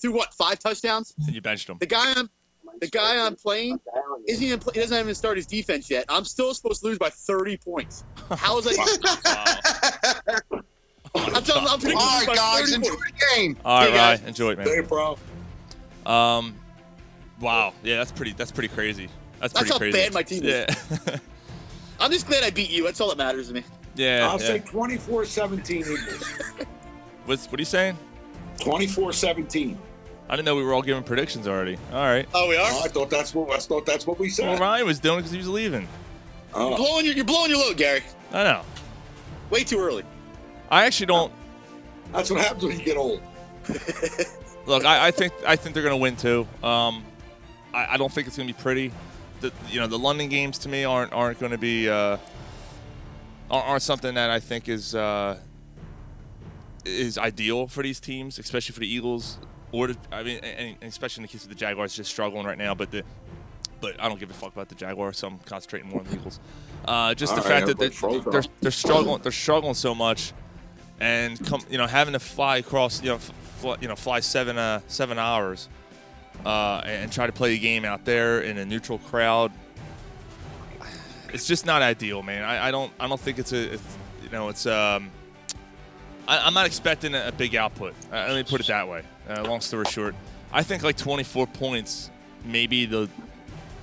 [SPEAKER 7] threw what five touchdowns.
[SPEAKER 6] And you benched him.
[SPEAKER 7] The guy I'm, the guy I'm playing isn't even. Play, he doesn't even start his defense yet. I'm still supposed to lose by 30 points. How is that? I'm telling. I'm predicting to
[SPEAKER 10] All
[SPEAKER 7] lose
[SPEAKER 10] right,
[SPEAKER 7] by
[SPEAKER 10] guys,
[SPEAKER 7] 30
[SPEAKER 10] enjoy
[SPEAKER 7] points.
[SPEAKER 10] the game.
[SPEAKER 6] All right,
[SPEAKER 7] Hey, guys.
[SPEAKER 6] Rye, enjoy it, man.
[SPEAKER 8] Later, bro.
[SPEAKER 6] Um, wow, yeah, that's pretty. That's pretty crazy. That's,
[SPEAKER 7] That's
[SPEAKER 6] pretty
[SPEAKER 7] how
[SPEAKER 6] crazy.
[SPEAKER 7] bad my team
[SPEAKER 6] yeah.
[SPEAKER 7] is. I'm just glad I beat you. That's all that matters to me.
[SPEAKER 6] yeah,
[SPEAKER 8] I'll
[SPEAKER 6] yeah.
[SPEAKER 8] say 24 17 Eagles.
[SPEAKER 6] What's, what are you saying?
[SPEAKER 8] 24 17.
[SPEAKER 6] I didn't know we were all giving predictions already. All right.
[SPEAKER 7] Oh, we are.
[SPEAKER 8] I thought that's what I thought that's what we
[SPEAKER 6] Well,
[SPEAKER 8] said.
[SPEAKER 6] Ryan was doing because he was leaving.
[SPEAKER 7] You're
[SPEAKER 8] Oh,
[SPEAKER 7] blowing your, you're blowing your load, Gary.
[SPEAKER 6] I know.
[SPEAKER 7] Way too early.
[SPEAKER 6] I actually don't.
[SPEAKER 8] that's what happens when you get old.
[SPEAKER 6] Look, I, I think I think they're gonna win too. Um, I, I don't think it's gonna be pretty. The, you know, the London games to me aren't aren't gonna be uh, aren't, aren't something that I think is uh, is ideal for these teams, especially for the Eagles or the, I mean, and, and especially in the case of the Jaguars, just struggling right now. But the but I don't give a fuck about the Jaguars, so I'm concentrating more on the Eagles. Uh, just the
[SPEAKER 8] All right,
[SPEAKER 6] fact that
[SPEAKER 8] everybody froze
[SPEAKER 6] they're, they're,
[SPEAKER 8] up.
[SPEAKER 6] they're struggling, they're struggling so much, and come, you know, having to fly across, you know, f- fly, you know, fly seven uh, seven hours, uh, and, and try to play a game out there in a neutral crowd. It's just not ideal, man. I, I don't, I don't think it's a, it's, you know, it's um, I, I'm not expecting a, a big output. Uh, let me put it that way. Uh, long story short, I think like 24 points, maybe the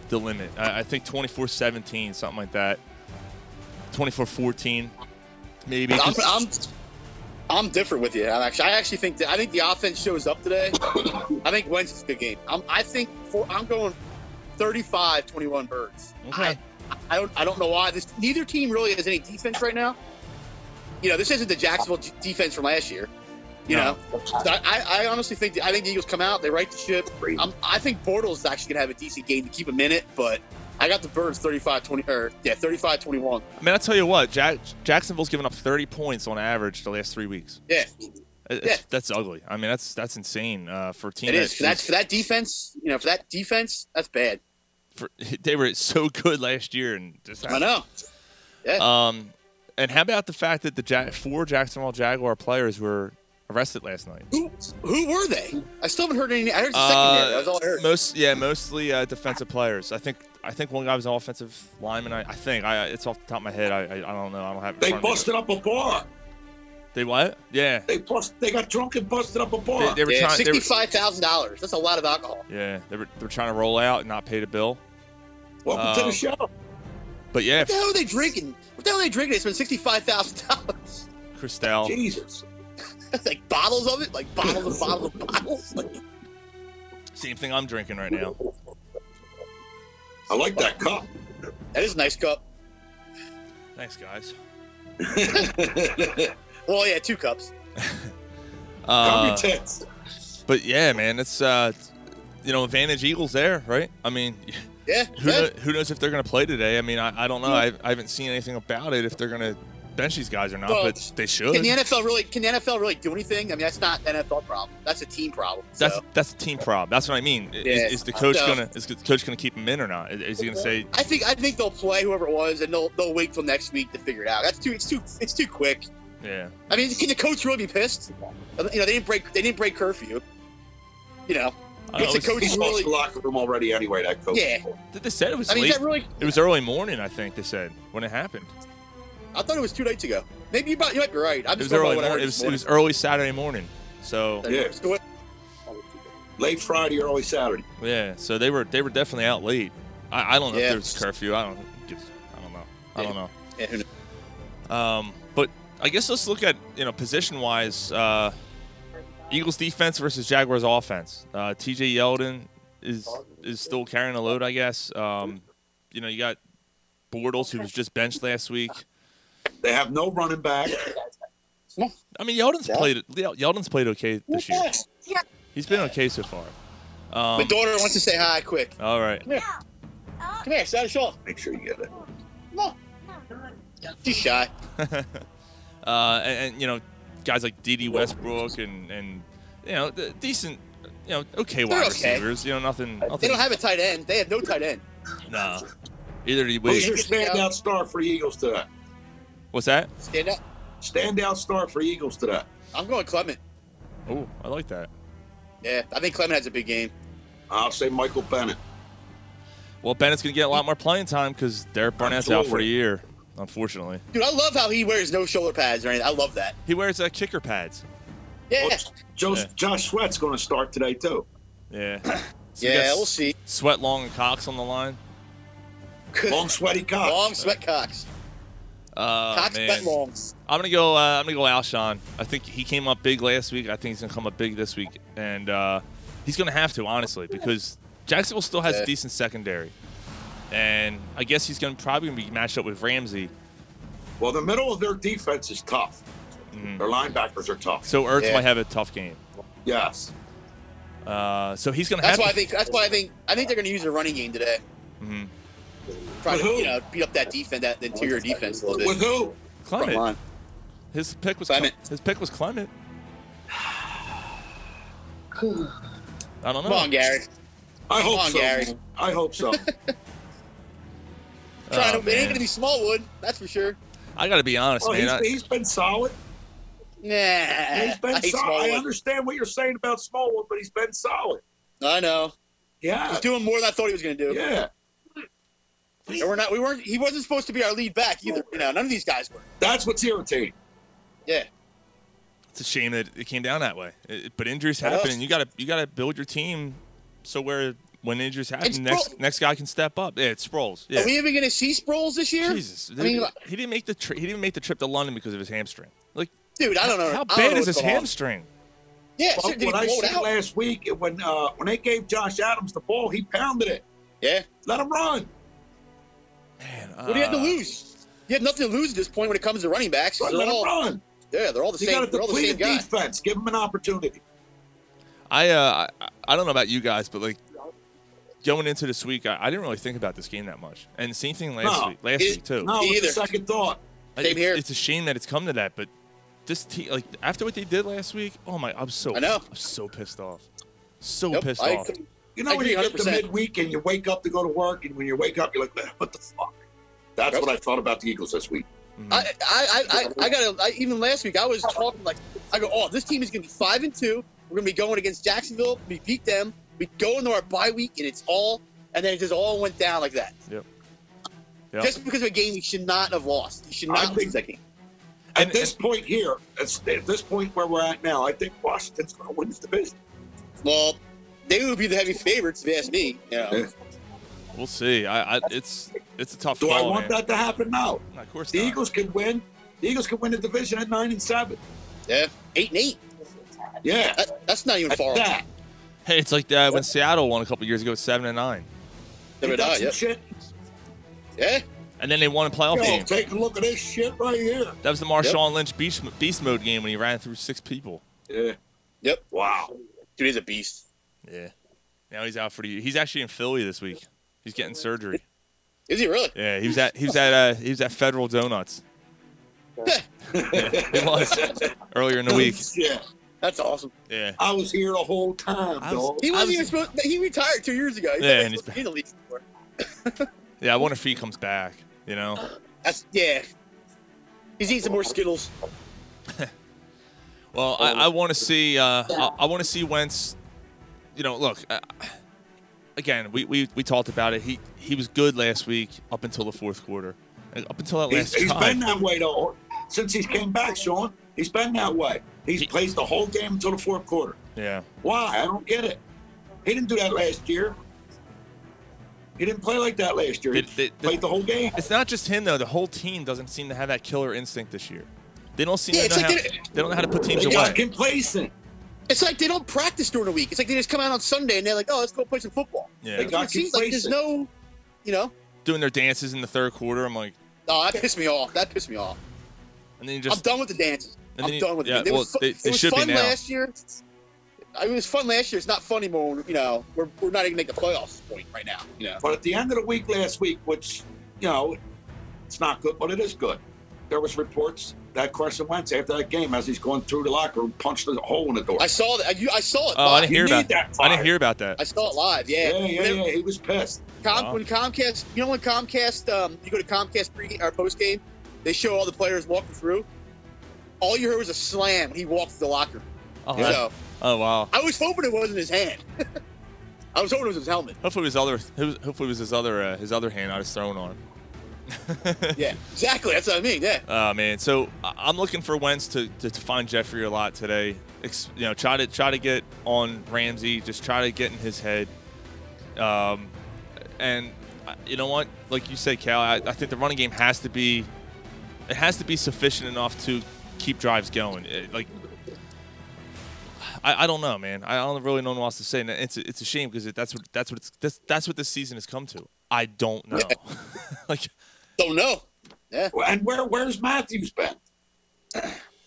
[SPEAKER 6] the limit. I, I think 24-17, something like that. 24-14, maybe.
[SPEAKER 7] I'm, I'm, I'm different with you. I'm actually, I actually think that I think the offense shows up today. I think Wednesday's a good game. I'm, I think for, I'm going 35-21 Birds.
[SPEAKER 6] okay.
[SPEAKER 7] I don't, I don't know why. This neither team really has any defense right now. You know, this isn't the Jacksonville d- defense from last year. You
[SPEAKER 6] No.
[SPEAKER 7] know, So I, I honestly think I think the Eagles come out, they right the ship. I'm, I think Bortles is actually gonna have a decent game to keep him in it, but I got the Birds 35-20 or yeah 35-21.
[SPEAKER 6] I mean, I tell you what, Jack, Jacksonville's given up 30 points on average the last three weeks.
[SPEAKER 7] Yeah,
[SPEAKER 6] It-
[SPEAKER 7] Yeah.
[SPEAKER 6] it's- That's ugly. I mean, that's that's insane uh, for a team.
[SPEAKER 7] it
[SPEAKER 6] that
[SPEAKER 7] is for that for that defense. You know, for that defense, that's bad.
[SPEAKER 6] for, they were so good last year and just
[SPEAKER 7] I know. Yeah.
[SPEAKER 6] Um, and how about the fact that the ja- four Jacksonville Jaguar players were arrested last night?
[SPEAKER 7] who who were they? I still haven't heard any. I heard the secondary. That was all I heard.
[SPEAKER 6] Uh, most yeah, mostly uh, defensive players. I think I think one guy was an offensive lineman. I, I think I it's off the top of my head. I, I, I don't know. I don't have. it in
[SPEAKER 8] They
[SPEAKER 6] front of me.
[SPEAKER 8] busted up a bar.
[SPEAKER 6] They what? Yeah.
[SPEAKER 8] They bust, They got drunk and busted up a bar.
[SPEAKER 6] They, they were
[SPEAKER 7] Yeah,
[SPEAKER 6] trying. They were,
[SPEAKER 7] sixty-five thousand dollars. That's a lot of alcohol.
[SPEAKER 6] yeah, they were, they were trying to roll out and not pay the bill.
[SPEAKER 8] Welcome to
[SPEAKER 6] um,
[SPEAKER 8] the show.
[SPEAKER 6] But yeah,
[SPEAKER 7] What the hell are they drinking? What the hell are they drinking? They spent sixty-five thousand dollars.
[SPEAKER 6] Cristal.
[SPEAKER 8] Jesus.
[SPEAKER 7] like bottles of it, like bottles and bottles and bottles. Like,
[SPEAKER 6] Same thing I'm drinking right now.
[SPEAKER 8] I like that cup.
[SPEAKER 7] that is a nice cup.
[SPEAKER 6] Thanks, guys.
[SPEAKER 7] Well, yeah, two cups.
[SPEAKER 8] Cover
[SPEAKER 6] Uh,
[SPEAKER 8] your tits.
[SPEAKER 6] But yeah, man, it's uh, you know, advantage Eagles there, right? I mean,
[SPEAKER 7] Yeah.
[SPEAKER 6] who
[SPEAKER 7] yeah.
[SPEAKER 6] kno- who knows if they're gonna play today? I mean, I, I don't know. I, I haven't seen anything about it if they're gonna bench these guys or not,
[SPEAKER 7] Well,
[SPEAKER 6] but they should.
[SPEAKER 7] Can the NFL really? Can the NFL really do anything? I mean, that's not an NFL problem. That's a team problem.
[SPEAKER 6] that's
[SPEAKER 7] so.
[SPEAKER 6] that's a team problem. That's what I mean. I-
[SPEAKER 7] Yeah.
[SPEAKER 6] Is, is the coach
[SPEAKER 7] So-
[SPEAKER 6] gonna is the coach gonna keep him in or not? Is, is he gonna say
[SPEAKER 7] I think I think they'll play whoever it was, and they'll they'll wait till next week to figure it out. That's too it's too it's too quick.
[SPEAKER 6] yeah?
[SPEAKER 7] I mean, can the coach really be pissed? You know, they didn't break they didn't break curfew. You know,
[SPEAKER 6] I
[SPEAKER 7] It's
[SPEAKER 6] don't
[SPEAKER 7] the
[SPEAKER 6] know,
[SPEAKER 7] coach
[SPEAKER 8] He's lost
[SPEAKER 7] really.
[SPEAKER 8] the locker room already anyway, that coach.
[SPEAKER 7] Yeah.
[SPEAKER 6] it's- They said it was
[SPEAKER 7] I mean,
[SPEAKER 6] late.
[SPEAKER 7] is that really?
[SPEAKER 6] it was early morning, I think they said when it happened.
[SPEAKER 7] I thought it was two nights ago. Maybe you might, you might be right. I'm
[SPEAKER 6] It was
[SPEAKER 7] just talking about
[SPEAKER 6] early.
[SPEAKER 7] what I
[SPEAKER 6] Mor-
[SPEAKER 7] heard
[SPEAKER 6] it
[SPEAKER 7] this
[SPEAKER 6] was it was early Saturday morning. So
[SPEAKER 7] morning.
[SPEAKER 8] Yeah.
[SPEAKER 7] So what-
[SPEAKER 8] Late Friday, early Saturday.
[SPEAKER 6] Yeah, so they were they were definitely out late. I, I don't know
[SPEAKER 7] Yeah.
[SPEAKER 6] if there was curfew. I don't give, I don't know. I don't
[SPEAKER 7] yeah, who knows?
[SPEAKER 6] know. Um, but I guess let's look at you know position wise. Uh, Eagles defense versus Jaguars offense. Uh, T.J. Yeldon is is still carrying a load, I guess. Um, you know, you got Bortles who was just benched last week.
[SPEAKER 8] They have no running back.
[SPEAKER 6] I mean, Yeldon's played Yeldon's played okay this year.
[SPEAKER 12] Yeah.
[SPEAKER 6] He's been okay so far.
[SPEAKER 7] My
[SPEAKER 6] Um,
[SPEAKER 7] daughter wants to say hi. Quick,
[SPEAKER 6] all right.
[SPEAKER 7] come here, Sarah Shaw.
[SPEAKER 8] Make sure you get it.
[SPEAKER 7] She's shy.
[SPEAKER 6] uh, and, and you know, guys like D.D. Westbrook and and you know, the decent, you know, okay wide
[SPEAKER 7] They're okay.
[SPEAKER 6] receivers. You know, nothing, nothing.
[SPEAKER 7] They don't have a tight end. They have no tight end.
[SPEAKER 6] no. Either do you wish.
[SPEAKER 8] Who's your standout star for Eagles today?
[SPEAKER 6] What's that?
[SPEAKER 7] Stand up.
[SPEAKER 8] Standout star for Eagles today.
[SPEAKER 7] I'm going Clement.
[SPEAKER 6] Oh, I like that.
[SPEAKER 7] Yeah, I think Clement has a big game.
[SPEAKER 8] I'll say Michael Bennett.
[SPEAKER 6] Well, Bennett's going to get a lot more playing time because Derek Barnett's out for
[SPEAKER 7] Absolutely.
[SPEAKER 6] the year, unfortunately.
[SPEAKER 7] Dude, I love how he wears no shoulder pads or anything. I love that.
[SPEAKER 6] He wears uh, kicker pads.
[SPEAKER 7] Yeah.
[SPEAKER 8] Josh, Josh Sweat's going to start today too.
[SPEAKER 6] Yeah.
[SPEAKER 8] Yeah,
[SPEAKER 6] we got
[SPEAKER 8] we'll
[SPEAKER 6] S- Sweat long and Cox on the line.
[SPEAKER 8] Long sweaty Cox.
[SPEAKER 7] Long sweat Cox.
[SPEAKER 6] Uh,
[SPEAKER 7] Cox
[SPEAKER 6] man.
[SPEAKER 7] sweat longs.
[SPEAKER 6] I'm gonna go. Uh, I'm gonna go Alshon. I think he came up big last week. I think he's gonna come up big this week, and uh, he's gonna have to honestly because Jacksonville still has
[SPEAKER 7] Yeah.
[SPEAKER 6] a decent secondary, and I guess he's gonna probably gonna be matched up with Ramsey.
[SPEAKER 8] Well, the middle of their defense is tough. Their linebackers are tough.
[SPEAKER 6] So Ertz might have a tough game.
[SPEAKER 8] Yes.
[SPEAKER 6] Uh, so he's gonna
[SPEAKER 7] That's
[SPEAKER 6] have.
[SPEAKER 7] why I
[SPEAKER 6] to,
[SPEAKER 7] think. That's why I think. I think they're going to use a running game today.
[SPEAKER 6] Mhm.
[SPEAKER 7] Try to you know beat up that defense, that interior defense a little bit.
[SPEAKER 8] With who?
[SPEAKER 6] Clement.
[SPEAKER 7] Come on.
[SPEAKER 6] His pick was
[SPEAKER 7] Clement.
[SPEAKER 6] His pick was Clement. I don't know.
[SPEAKER 7] Come on, Gary.
[SPEAKER 8] I
[SPEAKER 7] Come
[SPEAKER 8] hope
[SPEAKER 7] on,
[SPEAKER 8] so.
[SPEAKER 7] Gary.
[SPEAKER 8] I hope so.
[SPEAKER 7] Trying
[SPEAKER 6] Oh,
[SPEAKER 7] to, Oh, it ain't
[SPEAKER 6] man.
[SPEAKER 7] going to be Smallwood. That's for sure.
[SPEAKER 6] I gotta be honest,
[SPEAKER 8] Well,
[SPEAKER 6] man.
[SPEAKER 8] he's,
[SPEAKER 6] I-
[SPEAKER 8] he's been solid.
[SPEAKER 7] Nah.
[SPEAKER 8] He's been
[SPEAKER 7] Eh, I
[SPEAKER 8] solid.
[SPEAKER 7] hate
[SPEAKER 8] I
[SPEAKER 7] Smallwood.
[SPEAKER 8] understand what you're saying about Smallwood, but he's been solid.
[SPEAKER 7] I know.
[SPEAKER 8] Yeah.
[SPEAKER 7] He's doing more than I thought he was going to do.
[SPEAKER 8] Yeah.
[SPEAKER 7] And we're not. We weren't. He wasn't supposed to be our lead back either. You know, none of these guys were.
[SPEAKER 8] That's what's irritating.
[SPEAKER 7] Yeah.
[SPEAKER 6] it's a shame that it came down that way. It- but injuries happen,
[SPEAKER 7] Yeah.
[SPEAKER 6] and you gotta you gotta build your team so where when injuries happen,
[SPEAKER 7] It's
[SPEAKER 6] next
[SPEAKER 7] Sproul.
[SPEAKER 6] next guy can step up. Yeah, it's Sproles. Yeah.
[SPEAKER 7] Are we even going to see Sproles this year?
[SPEAKER 6] Jesus,
[SPEAKER 7] I mean,
[SPEAKER 6] dude, he didn't make the tri- he didn't make the trip to London because of his hamstring. Like,
[SPEAKER 7] dude, I don't know.
[SPEAKER 6] How
[SPEAKER 7] I don't
[SPEAKER 6] bad
[SPEAKER 7] know
[SPEAKER 6] is
[SPEAKER 7] what's
[SPEAKER 6] his
[SPEAKER 7] going on.
[SPEAKER 6] hamstring?
[SPEAKER 7] Yeah,
[SPEAKER 8] Well,
[SPEAKER 7] sure, did he
[SPEAKER 8] what I
[SPEAKER 7] blow it
[SPEAKER 8] said
[SPEAKER 7] out?
[SPEAKER 8] last week when uh, when they gave Josh Adams the ball, he pounded it.
[SPEAKER 7] Yeah.
[SPEAKER 8] Let him run.
[SPEAKER 6] Man,
[SPEAKER 7] What do you have to
[SPEAKER 6] uh,
[SPEAKER 7] lose? You have nothing to lose at this point when it comes to running backs.
[SPEAKER 8] Let
[SPEAKER 7] They're
[SPEAKER 8] him
[SPEAKER 7] all-
[SPEAKER 8] run.
[SPEAKER 7] Yeah, they're all the
[SPEAKER 8] You got
[SPEAKER 7] same.
[SPEAKER 8] a
[SPEAKER 7] They're all the same
[SPEAKER 8] depleted
[SPEAKER 7] guy.
[SPEAKER 8] defense. Give him an opportunity.
[SPEAKER 6] I uh, I, I don't know about you guys, but like going into this week, I, I didn't really think about this game that much. And same thing last
[SPEAKER 8] No.
[SPEAKER 6] week, last
[SPEAKER 7] It-
[SPEAKER 6] week too.
[SPEAKER 8] No, it's
[SPEAKER 7] either.
[SPEAKER 8] a second thought.
[SPEAKER 6] Like,
[SPEAKER 7] Same
[SPEAKER 6] it's,
[SPEAKER 7] here.
[SPEAKER 6] It's a shame that it's come to that, but this team, like after what they did last week, oh my, I'm so
[SPEAKER 7] I know.
[SPEAKER 6] I'm so pissed off, so
[SPEAKER 7] Yep,
[SPEAKER 6] pissed
[SPEAKER 7] I
[SPEAKER 6] off.
[SPEAKER 7] agree.
[SPEAKER 8] You
[SPEAKER 7] I
[SPEAKER 8] know when
[SPEAKER 7] agree
[SPEAKER 8] you get to
[SPEAKER 7] 100%.
[SPEAKER 8] midweek and you wake up to go to work, and when you wake up, you're like, what the fuck? That's
[SPEAKER 7] Yep.
[SPEAKER 8] what I thought about the Eagles this week.
[SPEAKER 6] Mm,
[SPEAKER 7] I, I, I, I, I got to, even last week, I was talking like, I go, oh, this team is going to be 5 and 2. We're going to be going against Jacksonville. We beat them. We go into our bye week, and it's all, and then it just all went down like that.
[SPEAKER 6] Yep. Yep.
[SPEAKER 7] Just because of a game you should not have lost. You should
[SPEAKER 8] I
[SPEAKER 7] not
[SPEAKER 8] think-
[SPEAKER 7] lose that game.
[SPEAKER 8] At
[SPEAKER 6] And-
[SPEAKER 8] this point here, it's- at this point where we're at now, I think Washington's going to win this division.
[SPEAKER 7] Well, they would be the heavy favorites if you ask me. You know.
[SPEAKER 6] We'll see. I, I it's it's a tough
[SPEAKER 8] Do
[SPEAKER 6] call.
[SPEAKER 8] I want
[SPEAKER 6] Oh, man.
[SPEAKER 8] that to happen? No.
[SPEAKER 6] No, Of course
[SPEAKER 8] The
[SPEAKER 6] not.
[SPEAKER 8] Eagles could win. The Eagles could win the division at nine and seven.
[SPEAKER 7] Yeah. Eight and eight.
[SPEAKER 8] Yeah,
[SPEAKER 7] That, that's not even
[SPEAKER 8] at
[SPEAKER 7] far off.
[SPEAKER 8] that.
[SPEAKER 6] Hey, it's like that when Seattle won a couple years ago, at seven and nine,
[SPEAKER 7] Never
[SPEAKER 8] You got
[SPEAKER 7] die,
[SPEAKER 8] some
[SPEAKER 7] yep.
[SPEAKER 8] shit.
[SPEAKER 7] Yeah.
[SPEAKER 6] and then they won a playoff
[SPEAKER 8] Yo,
[SPEAKER 6] game.
[SPEAKER 8] take a look at this shit right here.
[SPEAKER 6] That was the Marshawn Lynch beast, beast mode game when he ran through six people.
[SPEAKER 8] Yeah.
[SPEAKER 7] Yep.
[SPEAKER 8] Wow.
[SPEAKER 7] Dude, he's a beast.
[SPEAKER 6] Yeah. Now he's out for the. He's actually in Philly this week. He's getting surgery.
[SPEAKER 7] Is he really?
[SPEAKER 6] Yeah, he was at he was at uh, he was at Federal Donuts. It was earlier in the week.
[SPEAKER 8] Yeah.
[SPEAKER 7] That's awesome.
[SPEAKER 6] Yeah.
[SPEAKER 8] I was here the whole time,
[SPEAKER 6] I was-
[SPEAKER 8] dog.
[SPEAKER 7] He
[SPEAKER 6] I
[SPEAKER 7] wasn't
[SPEAKER 6] was-
[SPEAKER 7] even supposed. He retired two years ago. He's
[SPEAKER 6] Yeah,
[SPEAKER 7] not
[SPEAKER 6] and he's
[SPEAKER 7] supposed to be in the league anymore.
[SPEAKER 6] Yeah. I wonder if he comes back. You know.
[SPEAKER 7] That's yeah. He's eating some more Skittles.
[SPEAKER 6] Well, I, I want to see. Uh, I, I want to see Wentz. You know, look. Uh, again, we, we we talked about it. He he was good last week up until the fourth quarter, and up until that
[SPEAKER 8] He's,
[SPEAKER 6] last
[SPEAKER 8] he's
[SPEAKER 6] drive.
[SPEAKER 8] been that way though since he's came back, Sean. He's been that way. He's plays the whole game until the fourth quarter.
[SPEAKER 6] yeah.
[SPEAKER 8] Why? I don't get it. He didn't do that last year. He didn't play like that last year. He
[SPEAKER 6] Did- did-
[SPEAKER 8] played the whole game.
[SPEAKER 6] It's not just him though. The whole team doesn't seem to have that killer instinct this year. They don't seem
[SPEAKER 7] Yeah,
[SPEAKER 6] to know
[SPEAKER 7] it's
[SPEAKER 6] how,
[SPEAKER 7] like
[SPEAKER 6] they,
[SPEAKER 7] they-
[SPEAKER 6] don't know how to put teams
[SPEAKER 8] They got
[SPEAKER 6] away.
[SPEAKER 8] complacent.
[SPEAKER 7] It's like they don't practice during the week. It's like they just come out on Sunday and they're like, "Oh, let's go play some football."
[SPEAKER 6] Yeah.
[SPEAKER 8] They
[SPEAKER 7] That's what
[SPEAKER 8] got
[SPEAKER 7] it seems like there's
[SPEAKER 8] complacent.
[SPEAKER 7] no, you know.
[SPEAKER 6] Doing their dances in the third quarter. I'm like,
[SPEAKER 7] Oh, that pissed me off. That pissed me off.
[SPEAKER 6] and then you just
[SPEAKER 7] I'm done with the dances.
[SPEAKER 6] And
[SPEAKER 7] I'm
[SPEAKER 6] then you-
[SPEAKER 7] done with
[SPEAKER 6] yeah,
[SPEAKER 7] it. It
[SPEAKER 6] well,
[SPEAKER 7] was, fu-
[SPEAKER 6] they- they
[SPEAKER 7] it was
[SPEAKER 6] should be
[SPEAKER 7] fun
[SPEAKER 6] now.
[SPEAKER 7] last year. I mean, it was fun last year. It's not fun anymore. When, you know, we're, we're not even making the playoffs point right now. You know.
[SPEAKER 8] But at the end of the week last week, which you know, it's not good, but it is good. There was reports that Carson Wentz after that game, as he's going through the locker room, punched a hole in the door.
[SPEAKER 7] I saw that. I, I saw it.
[SPEAKER 6] Oh, I
[SPEAKER 7] live.
[SPEAKER 6] didn't
[SPEAKER 8] You
[SPEAKER 6] hear
[SPEAKER 8] need
[SPEAKER 6] about
[SPEAKER 8] that
[SPEAKER 6] I didn't
[SPEAKER 8] fire.
[SPEAKER 6] hear about that.
[SPEAKER 7] I saw it live.
[SPEAKER 8] yeah,
[SPEAKER 7] Yeah.
[SPEAKER 8] yeah, yeah, He was pissed.
[SPEAKER 7] Com-
[SPEAKER 6] Wow.
[SPEAKER 7] When Comcast, you know, when Comcast, um, you go to Comcast pre or post game, they show all the players walking through. All you heard was a slam when he walked through the locker.
[SPEAKER 6] Oh,
[SPEAKER 7] so
[SPEAKER 6] Oh wow.
[SPEAKER 7] I was hoping it wasn't his hand. I was hoping it was his helmet.
[SPEAKER 6] Hopefully his other. Hopefully it was his other. Uh, his other hand I was thrown on.
[SPEAKER 7] yeah, exactly. That's what I mean. Yeah.
[SPEAKER 6] Oh man, so I- I'm looking for Wentz to, to, to find Jeffrey a lot today. Ex- you know, try to try to get on Ramsey, just try to get in his head. Um, and uh, you know what? Like you said, Cal, I, I think the running game has to be it has to be sufficient enough to keep drives going. It- like I, I don't know, man. I don't really know what else to say. And it's it's a shame because that's what that's what it's that's, that's what this season has come to. I don't know. like
[SPEAKER 7] Don't know. Yeah.
[SPEAKER 8] And where where's Matthews been?